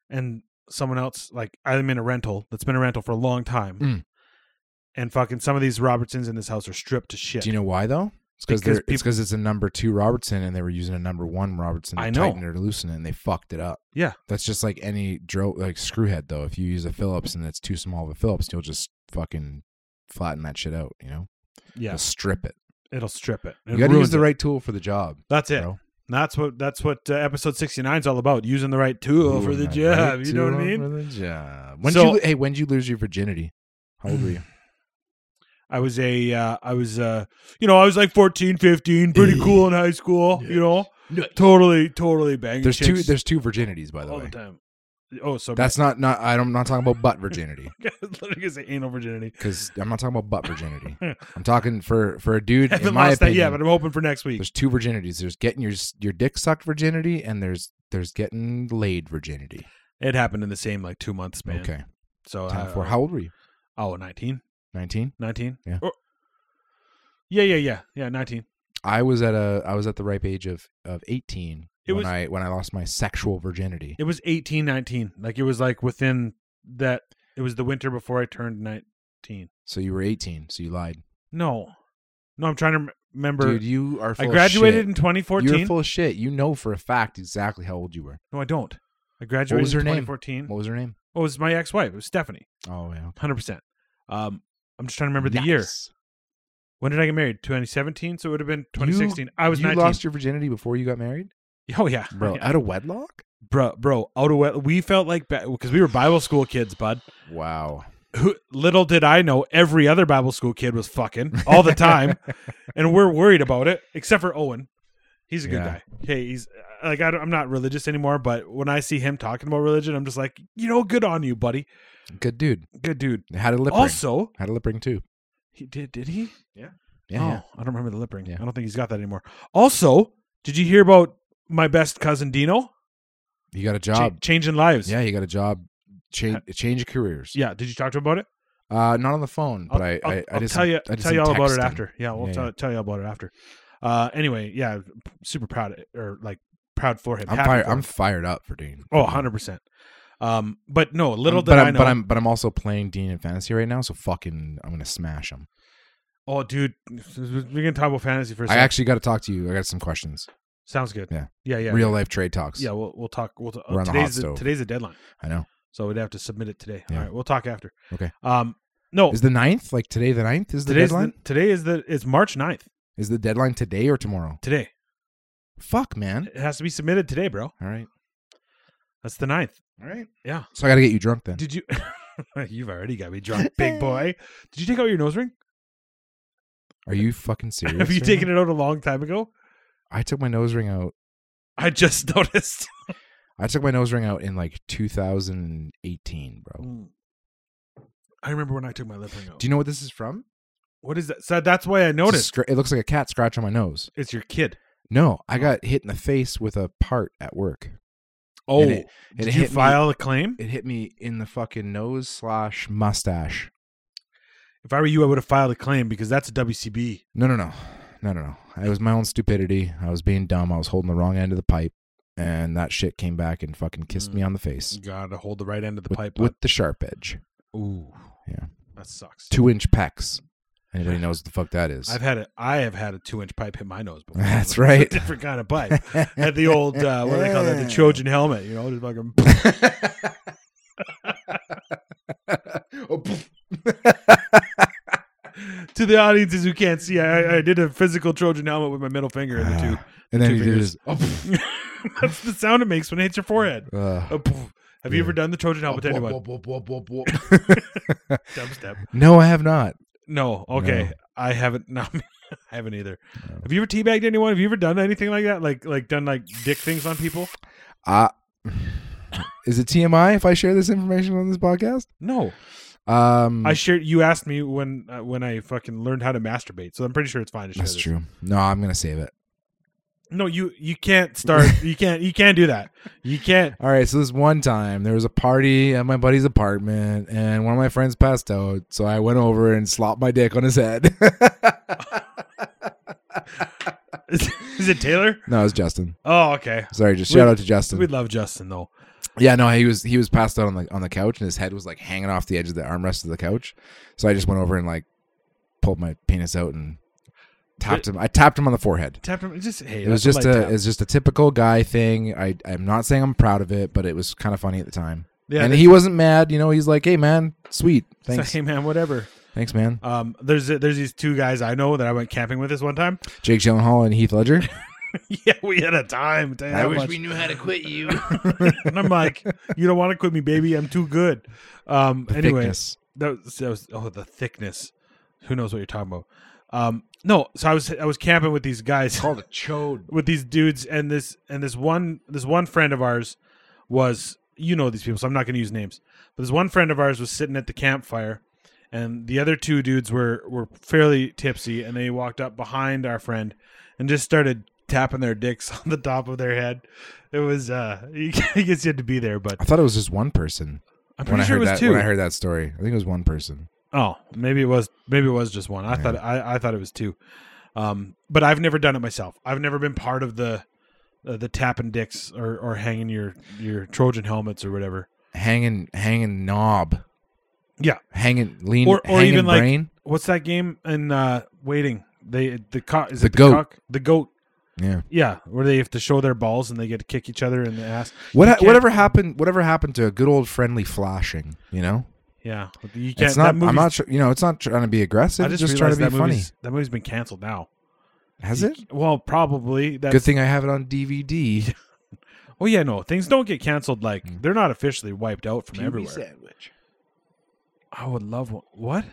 [SPEAKER 2] and someone else like I'm in a rental that's been a rental for a long time
[SPEAKER 1] Mm.
[SPEAKER 2] and fucking some of these Robertsons in this house are stripped to shit.
[SPEAKER 1] Do you know why though? It's because
[SPEAKER 2] Because
[SPEAKER 1] it's because it's a number two Robertson, and they were using a number one Robertson to
[SPEAKER 2] I know.
[SPEAKER 1] tighten or to loosen it, and they fucked it up.
[SPEAKER 2] Yeah.
[SPEAKER 1] that's just like any drill, like screwhead though. If you use a Phillips and it's too small of a Phillips, you'll just fucking flatten that shit out. You know,
[SPEAKER 2] yeah,
[SPEAKER 1] You'll strip it.
[SPEAKER 2] it'll strip it. It
[SPEAKER 1] you got to
[SPEAKER 2] ruins
[SPEAKER 1] use the
[SPEAKER 2] it.
[SPEAKER 1] right tool for the job.
[SPEAKER 2] That's it.
[SPEAKER 1] bro.
[SPEAKER 2] That's what that's what uh, episode 69 is all about, using the right tool for
[SPEAKER 1] Ooh,
[SPEAKER 2] the
[SPEAKER 1] that
[SPEAKER 2] job,
[SPEAKER 1] right
[SPEAKER 2] you know what I
[SPEAKER 1] tool
[SPEAKER 2] mean?
[SPEAKER 1] For the job. When
[SPEAKER 2] So-
[SPEAKER 1] you hey, when did you lose your virginity? How old were you?
[SPEAKER 2] I was a uh, I was uh you know, I was like 14, 15, pretty cool in high school, you know. Totally totally banging
[SPEAKER 1] There's two.
[SPEAKER 2] chicks
[SPEAKER 1] There's two virginities, by the
[SPEAKER 2] all
[SPEAKER 1] way.
[SPEAKER 2] the time. Oh, so
[SPEAKER 1] That's not not. I don't, I'm not talking about butt virginity.
[SPEAKER 2] I was literally gonna say anal virginity.
[SPEAKER 1] because I'm not talking about butt virginity. I'm talking for for a dude.
[SPEAKER 2] Haven't
[SPEAKER 1] In my
[SPEAKER 2] lost
[SPEAKER 1] opinion,
[SPEAKER 2] that yet, but I'm hoping for next week.
[SPEAKER 1] there's two virginities. There's getting your your dick sucked virginity, and there's there's getting laid virginity.
[SPEAKER 2] It happened in the same like two month span.
[SPEAKER 1] Okay,
[SPEAKER 2] So
[SPEAKER 1] time
[SPEAKER 2] uh,
[SPEAKER 1] for how old were you?
[SPEAKER 2] Oh, 19?
[SPEAKER 1] Nineteen.
[SPEAKER 2] 19?
[SPEAKER 1] Yeah.
[SPEAKER 2] Or- yeah, yeah, yeah, yeah, 19.
[SPEAKER 1] I was at a I was at the ripe age of of eighteen
[SPEAKER 2] It
[SPEAKER 1] when
[SPEAKER 2] was-
[SPEAKER 1] I when I lost my sexual virginity.
[SPEAKER 2] It was 18, 19. Like it was like within that. It was the winter before I turned 19.
[SPEAKER 1] so you were eighteen. So you lied,
[SPEAKER 2] No, no, I'm trying to rem- remember.
[SPEAKER 1] dude. You are.
[SPEAKER 2] I
[SPEAKER 1] Full
[SPEAKER 2] graduated
[SPEAKER 1] Of
[SPEAKER 2] in
[SPEAKER 1] shit. You're
[SPEAKER 2] 2014.
[SPEAKER 1] full of shit. You know for a fact exactly how old you were.
[SPEAKER 2] no, I don't. I graduated
[SPEAKER 1] What was her
[SPEAKER 2] in
[SPEAKER 1] name?
[SPEAKER 2] 2014.
[SPEAKER 1] What was her name?
[SPEAKER 2] Oh, it was my ex-wife. It was Stephanie.
[SPEAKER 1] Oh yeah.
[SPEAKER 2] 100. percent Um, I'm just trying to remember the year. When did I get married? 2017. So it would have been 2016. I was
[SPEAKER 1] you
[SPEAKER 2] 19.
[SPEAKER 1] lost your virginity before you got married,
[SPEAKER 2] oh yeah,
[SPEAKER 1] bro.
[SPEAKER 2] Yeah.
[SPEAKER 1] Out of wedlock.
[SPEAKER 2] bro, bro, out of wet. We felt like because we were Bible school kids, bud.
[SPEAKER 1] Wow.
[SPEAKER 2] who little did I know every other Bible school kid was fucking all the time, and we're worried about it. Except for Owen, he's a good
[SPEAKER 1] Yeah.
[SPEAKER 2] guy. Hey, he's uh, like I don't, I'm not religious anymore, but when I see him talking about religion, I'm just like, you know, good on you, buddy,
[SPEAKER 1] Good dude.
[SPEAKER 2] good dude.
[SPEAKER 1] Had a lip ring.
[SPEAKER 2] also,
[SPEAKER 1] Had a lip ring too.
[SPEAKER 2] he did did he?
[SPEAKER 1] Yeah.
[SPEAKER 2] oh,
[SPEAKER 1] yeah.
[SPEAKER 2] I don't remember the lip ring.
[SPEAKER 1] Yeah.
[SPEAKER 2] I don't think he's got that anymore. Also, did you hear about my best cousin Dino
[SPEAKER 1] You got a
[SPEAKER 2] Cha-
[SPEAKER 1] job.
[SPEAKER 2] changing lives?
[SPEAKER 1] yeah, you got a job. Change change of careers.
[SPEAKER 2] yeah. Did you talk to him about it?
[SPEAKER 1] Uh, not on the phone, but
[SPEAKER 2] I'll,
[SPEAKER 1] I
[SPEAKER 2] I'll-
[SPEAKER 1] I, I
[SPEAKER 2] I'll
[SPEAKER 1] just
[SPEAKER 2] tell you
[SPEAKER 1] I did
[SPEAKER 2] tell
[SPEAKER 1] some
[SPEAKER 2] you all about it
[SPEAKER 1] texting.
[SPEAKER 2] after. Yeah, we'll
[SPEAKER 1] Yeah,
[SPEAKER 2] tell,
[SPEAKER 1] yeah.
[SPEAKER 2] tell you all about it after. Uh, anyway, yeah, p- super proud of- or like proud for him.
[SPEAKER 1] I'm
[SPEAKER 2] happy
[SPEAKER 1] fired.
[SPEAKER 2] for
[SPEAKER 1] I'm
[SPEAKER 2] him.
[SPEAKER 1] fired up for Dean.
[SPEAKER 2] oh, 100 percent. Um, but no, little did
[SPEAKER 1] but
[SPEAKER 2] I
[SPEAKER 1] I'm,
[SPEAKER 2] know.
[SPEAKER 1] but I'm but I'm also playing Dean in fantasy right now, so fucking I'm gonna smash him.
[SPEAKER 2] oh, dude, we're gonna talk about fantasy for a
[SPEAKER 1] I
[SPEAKER 2] second.
[SPEAKER 1] actually got to talk to you. I got some questions.
[SPEAKER 2] Sounds good.
[SPEAKER 1] Yeah.
[SPEAKER 2] Yeah. Yeah.
[SPEAKER 1] Real life trade talks.
[SPEAKER 2] Yeah. We'll we'll talk. We'll t-
[SPEAKER 1] We're on the hot
[SPEAKER 2] today's the,
[SPEAKER 1] stove.
[SPEAKER 2] today's the deadline,
[SPEAKER 1] I know.
[SPEAKER 2] so we'd have to submit it today.
[SPEAKER 1] Yeah.
[SPEAKER 2] All right. We'll talk after.
[SPEAKER 1] Okay.
[SPEAKER 2] Um. No.
[SPEAKER 1] Is the 9th? Like today the 9th is the
[SPEAKER 2] today's
[SPEAKER 1] deadline?
[SPEAKER 2] The, today is the it's March 9th.
[SPEAKER 1] is the deadline today or tomorrow?
[SPEAKER 2] Today
[SPEAKER 1] Fuck, man.
[SPEAKER 2] it has to be submitted today, bro.
[SPEAKER 1] All right.
[SPEAKER 2] That's the 9th.
[SPEAKER 1] All right.
[SPEAKER 2] Yeah.
[SPEAKER 1] So I got to get you drunk then.
[SPEAKER 2] Did you? You've already got me drunk, big boy. Did you take out your nose ring?
[SPEAKER 1] Are you fucking serious?
[SPEAKER 2] Have you
[SPEAKER 1] right
[SPEAKER 2] taken
[SPEAKER 1] now?
[SPEAKER 2] it out a long time ago?
[SPEAKER 1] I took my nose ring out.
[SPEAKER 2] I just noticed.
[SPEAKER 1] I took my nose ring out in like 2018, bro.
[SPEAKER 2] I remember when I took my lip ring out.
[SPEAKER 1] Do you know what this is from?
[SPEAKER 2] what is that? So that's why I
[SPEAKER 1] It's a
[SPEAKER 2] noticed.
[SPEAKER 1] scr- it looks like a cat scratch on my nose.
[SPEAKER 2] It's your kid.
[SPEAKER 1] No, I got hit in the face with a part at work.
[SPEAKER 2] Oh,
[SPEAKER 1] And it- it
[SPEAKER 2] did
[SPEAKER 1] hit
[SPEAKER 2] you
[SPEAKER 1] me-
[SPEAKER 2] file a claim?
[SPEAKER 1] It hit me in the fucking nose slash mustache.
[SPEAKER 2] If I were you, I would have filed a claim because that's a WCB.
[SPEAKER 1] No, no, no, no, no, no. It was my own stupidity. I was being dumb. I was holding the wrong end of the pipe, and that shit came back and fucking kissed
[SPEAKER 2] Mm.
[SPEAKER 1] me on the face
[SPEAKER 2] You gotta hold the right end of the
[SPEAKER 1] with,
[SPEAKER 2] pipe.
[SPEAKER 1] with the sharp edge.
[SPEAKER 2] up. Ooh,
[SPEAKER 1] Yeah.
[SPEAKER 2] that sucks.
[SPEAKER 1] Two inch pecs. Anybody knows what the fuck that is?
[SPEAKER 2] I've had a I have had a two inch pipe hit my nose before.
[SPEAKER 1] That's
[SPEAKER 2] It's
[SPEAKER 1] right.
[SPEAKER 2] a different kind of pipe. Had the old uh, what do they call that? The Trojan helmet. You know, just fucking.
[SPEAKER 4] Oh, pff,
[SPEAKER 2] to the audiences who can't see, I, I did a physical Trojan helmet with my middle finger and the two.
[SPEAKER 1] Ah, and then
[SPEAKER 2] two
[SPEAKER 1] you do
[SPEAKER 2] fingers.
[SPEAKER 1] this. Oh, pff,
[SPEAKER 2] That's the sound it makes when it hits your forehead.
[SPEAKER 1] uh,
[SPEAKER 2] Oh, poof. Have you ever done the Trojan helmet to
[SPEAKER 4] whoop,
[SPEAKER 2] anyone?
[SPEAKER 4] whoop, whoop, whoop, whoop, whoop.
[SPEAKER 2] Dubstep.
[SPEAKER 1] no, I have not.
[SPEAKER 2] No. Okay.
[SPEAKER 1] No.
[SPEAKER 2] I haven't. No, I haven't either. Have you ever teabagged anyone? Have you ever done anything like that? Like like done like dick things on people?
[SPEAKER 1] Uh, is it TMI if I share this information on this podcast?
[SPEAKER 2] No.
[SPEAKER 1] Um,
[SPEAKER 2] I shared. You asked me when uh, when I fucking learned how to masturbate, so I'm pretty sure it's fine to share.
[SPEAKER 1] that's
[SPEAKER 2] this.
[SPEAKER 1] true. No, I'm gonna save it.
[SPEAKER 2] No, you you can't start. you can't you can't do that. You can't.
[SPEAKER 1] All right, so this one time there was a party at my buddy's apartment, and one of my friends passed out, so I went over and slopped my dick on his head.
[SPEAKER 2] Is, it Taylor?
[SPEAKER 1] no, it was Justin.
[SPEAKER 2] Oh, okay.
[SPEAKER 1] Sorry, just
[SPEAKER 2] We-
[SPEAKER 1] shout out to
[SPEAKER 2] We
[SPEAKER 1] Justin.
[SPEAKER 2] love Justin though.
[SPEAKER 1] Yeah, no, he was he was passed out on the on the couch, and his head was like hanging off the edge of the armrest of the couch. So I just went over and like pulled my penis out and tapped him. I tapped him on the forehead.
[SPEAKER 2] Tapped him. Just hey,
[SPEAKER 1] It was
[SPEAKER 2] that's
[SPEAKER 1] just
[SPEAKER 2] light
[SPEAKER 1] a
[SPEAKER 2] tap.
[SPEAKER 1] it's just a typical guy thing. I I'm not saying I'm proud of it, but it was kind of funny at the time.
[SPEAKER 2] yeah.
[SPEAKER 1] and
[SPEAKER 2] that's-
[SPEAKER 1] he wasn't mad. You know, he's like, "Hey, man, sweet, thanks,
[SPEAKER 2] Hey man, whatever.
[SPEAKER 1] thanks, man."
[SPEAKER 2] Um, there's there's these two guys I know that I went camping with this one time.
[SPEAKER 1] Jake Gyllenhaal and Heath Ledger.
[SPEAKER 2] yeah, we had a time. Tell you
[SPEAKER 1] I
[SPEAKER 2] that
[SPEAKER 1] wish
[SPEAKER 2] much.
[SPEAKER 4] we knew how to quit you.
[SPEAKER 2] and I'm like, you don't want to quit me, baby. I'm too good. Um, anyway,
[SPEAKER 1] Thickness.
[SPEAKER 2] that was, that was oh the thickness. Who knows what you're talking about? Um, no, so I was I was camping with these guys.
[SPEAKER 4] Called a chode.
[SPEAKER 2] with these dudes and this and this one this one friend of ours was you know these people so i'm not going to use names but this one friend of ours was sitting at the campfire and the other two dudes were were fairly tipsy and they walked up behind our friend and just started tapping their dicks on the top of their head it was uh i guess you had to be there but
[SPEAKER 1] I thought it was just one person.
[SPEAKER 2] i'm
[SPEAKER 1] When
[SPEAKER 2] pretty
[SPEAKER 1] I
[SPEAKER 2] sure it
[SPEAKER 1] heard
[SPEAKER 2] was
[SPEAKER 1] that,
[SPEAKER 2] two
[SPEAKER 1] when I heard that story, I think it was one person.
[SPEAKER 2] Oh, maybe it was maybe it was just one. I thought I, I thought it was two. Um, but I've never done it myself. I've never been part of the uh, the tapping dicks or, or hanging your your Trojan helmets or whatever.
[SPEAKER 1] Hanging, hanging knob.
[SPEAKER 2] Yeah.
[SPEAKER 1] hanging lean,
[SPEAKER 2] Or or
[SPEAKER 1] hanging
[SPEAKER 2] even like
[SPEAKER 1] brain.
[SPEAKER 2] what's that game in uh, waiting? They the cock is
[SPEAKER 1] The
[SPEAKER 2] it the
[SPEAKER 1] goat.
[SPEAKER 2] cock? The goat.
[SPEAKER 1] yeah.
[SPEAKER 2] Yeah, where they have to show their balls and they get to kick each other in the ass.
[SPEAKER 1] What
[SPEAKER 2] You
[SPEAKER 1] ha-
[SPEAKER 2] can't-
[SPEAKER 1] whatever happened? Whatever happened to a good old friendly flashing? You know,
[SPEAKER 2] Yeah, you can't.
[SPEAKER 1] it's
[SPEAKER 2] that
[SPEAKER 1] not. I'm
[SPEAKER 2] movie's-
[SPEAKER 1] not. Tr- you know, it's not trying to be aggressive.
[SPEAKER 2] I
[SPEAKER 1] it's
[SPEAKER 2] just,
[SPEAKER 1] just trying
[SPEAKER 2] realized
[SPEAKER 1] to be
[SPEAKER 2] that
[SPEAKER 1] funny.
[SPEAKER 2] movie's- That movie's been canceled now.
[SPEAKER 1] Has it?
[SPEAKER 2] Well, probably. That's,
[SPEAKER 1] Good thing I have it on DVD.
[SPEAKER 2] Well, yeah, no, things don't get canceled. Like
[SPEAKER 1] Mm.
[SPEAKER 2] they're not officially wiped out from everywhere.
[SPEAKER 4] sandwich.
[SPEAKER 2] I would love one. What?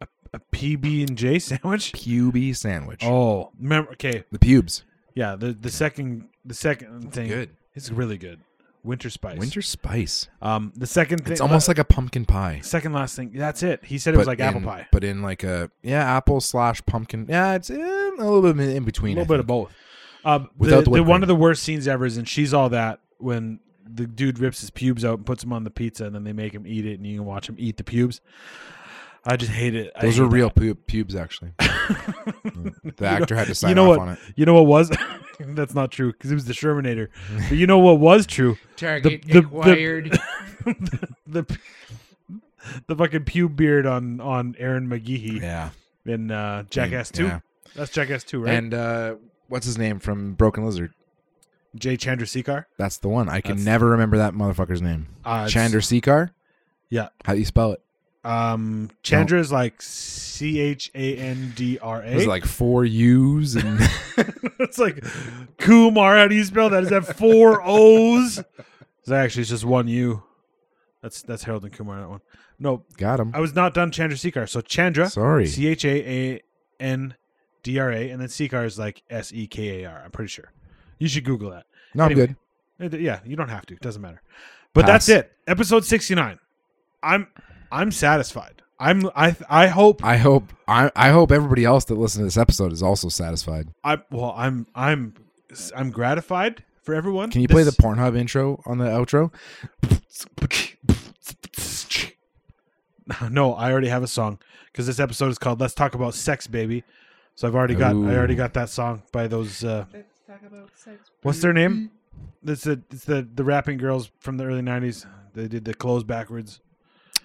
[SPEAKER 2] A, a PB and J sandwich?
[SPEAKER 1] Pubie sandwich.
[SPEAKER 2] Oh, remember? Okay,
[SPEAKER 1] The pubes.
[SPEAKER 2] yeah. The the second the second thing.
[SPEAKER 1] good.
[SPEAKER 2] It's really good. Winter spice.
[SPEAKER 1] Winter spice.
[SPEAKER 2] Um, the second thing.
[SPEAKER 1] It's almost like a pumpkin pie.
[SPEAKER 2] second last thing. That's it. He said it was like apple
[SPEAKER 1] in-
[SPEAKER 2] pie.
[SPEAKER 1] But in like a yeah, apple slash pumpkin. Yeah, it's eh, a little bit in
[SPEAKER 2] A
[SPEAKER 1] between.
[SPEAKER 2] little
[SPEAKER 1] I
[SPEAKER 2] bit
[SPEAKER 1] think.
[SPEAKER 2] of both. Um, the,
[SPEAKER 1] Without the
[SPEAKER 2] the
[SPEAKER 1] whipped
[SPEAKER 2] one
[SPEAKER 1] cream.
[SPEAKER 2] of the worst scenes ever is in she's all that when the dude rips his pubes out and puts them on the pizza, and then they make him eat it, and you can watch him eat the pubes. I just hate it. I
[SPEAKER 1] Those
[SPEAKER 2] hate
[SPEAKER 1] are real
[SPEAKER 2] that.
[SPEAKER 1] pu- pubes, actually. the actor had to sign
[SPEAKER 2] you know what?
[SPEAKER 1] off on it.
[SPEAKER 2] You know what was? That's not true because it was the Shermanator. But you know what was true?
[SPEAKER 4] Target
[SPEAKER 2] the- the-
[SPEAKER 4] acquired.
[SPEAKER 2] The the fucking pube beard on on Aaron McGeehee
[SPEAKER 1] Yeah.
[SPEAKER 2] in uh, Jackass Two.
[SPEAKER 1] Yeah.
[SPEAKER 2] That's Jackass Two, right?
[SPEAKER 1] And uh, what's his name from Broken Lizard?
[SPEAKER 2] Jay Chandrasekhar.
[SPEAKER 1] That's the one. I can
[SPEAKER 2] That's-
[SPEAKER 1] never remember that motherfucker's name.
[SPEAKER 2] Uh,
[SPEAKER 1] Chander Seekar?
[SPEAKER 2] Yeah.
[SPEAKER 1] How do you spell it?
[SPEAKER 2] Um, Chandra is like C H A N D R A.
[SPEAKER 1] It was like four U's and
[SPEAKER 2] it's like Kumar. How do you spell that? Is that four O's? Is that actually it's just one U? That's that's Harold and Kumar. That one. No,
[SPEAKER 1] got him.
[SPEAKER 2] I was not done. Chandra Seekar. So Chandra,
[SPEAKER 1] Sorry.
[SPEAKER 2] C H A A N D R A, and then Seekar is like S E K A R. I'm pretty sure. You should Google that.
[SPEAKER 1] No, I'm
[SPEAKER 2] Anyway.
[SPEAKER 1] good.
[SPEAKER 2] It- Yeah, you don't have to. It doesn't matter. But that's
[SPEAKER 1] Pass.
[SPEAKER 2] it. Episode 69. I'm I'm satisfied. I'm I I hope
[SPEAKER 1] I hope I, I hope everybody else that listened to this episode is also satisfied.
[SPEAKER 2] I well I'm I'm I'm gratified for everyone.
[SPEAKER 1] Can you play the
[SPEAKER 2] This-
[SPEAKER 1] Pornhub intro on the outro?
[SPEAKER 2] No, I already have a song cuz this episode is called Let's Talk About Sex Baby. So I've already got I already
[SPEAKER 1] Ooh.
[SPEAKER 2] got that song by those uh What's their name? It's the it's the the rapping girls from the early 90s. They did the clothes backwards.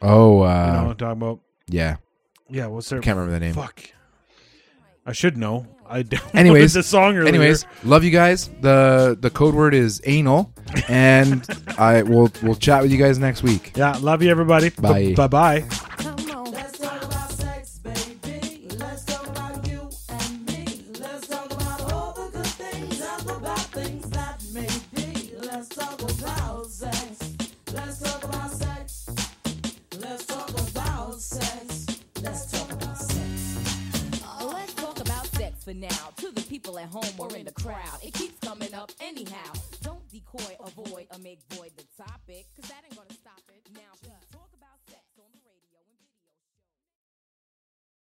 [SPEAKER 1] Oh,
[SPEAKER 2] You know what
[SPEAKER 1] uh,
[SPEAKER 2] I'm talking about?
[SPEAKER 1] yeah.
[SPEAKER 2] Yeah, what's their
[SPEAKER 1] Can't remember the name.
[SPEAKER 2] Fuck. I should know. I don't.
[SPEAKER 1] Anyways-
[SPEAKER 2] the song earlier.
[SPEAKER 1] Anyways, love you guys. the The code word is anal, and I will we'll chat with you guys next week.
[SPEAKER 2] yeah, love you everybody.
[SPEAKER 1] Bye.
[SPEAKER 2] Bye bye.
[SPEAKER 5] Come on, let's talk about sex, baby. Let's talk about you and me. Let's talk about all the good things and the bad things that may be. Let's talk about sex. Let's talk about sex. Let's talk about sex. Let's talk about sex.
[SPEAKER 6] Let's talk about sex for now. To the people at home or in the crowd, it keeps coming up anyhow. Don't decoy, avoid, or make void the topic, cause that ain't gonna stop it. Now, just-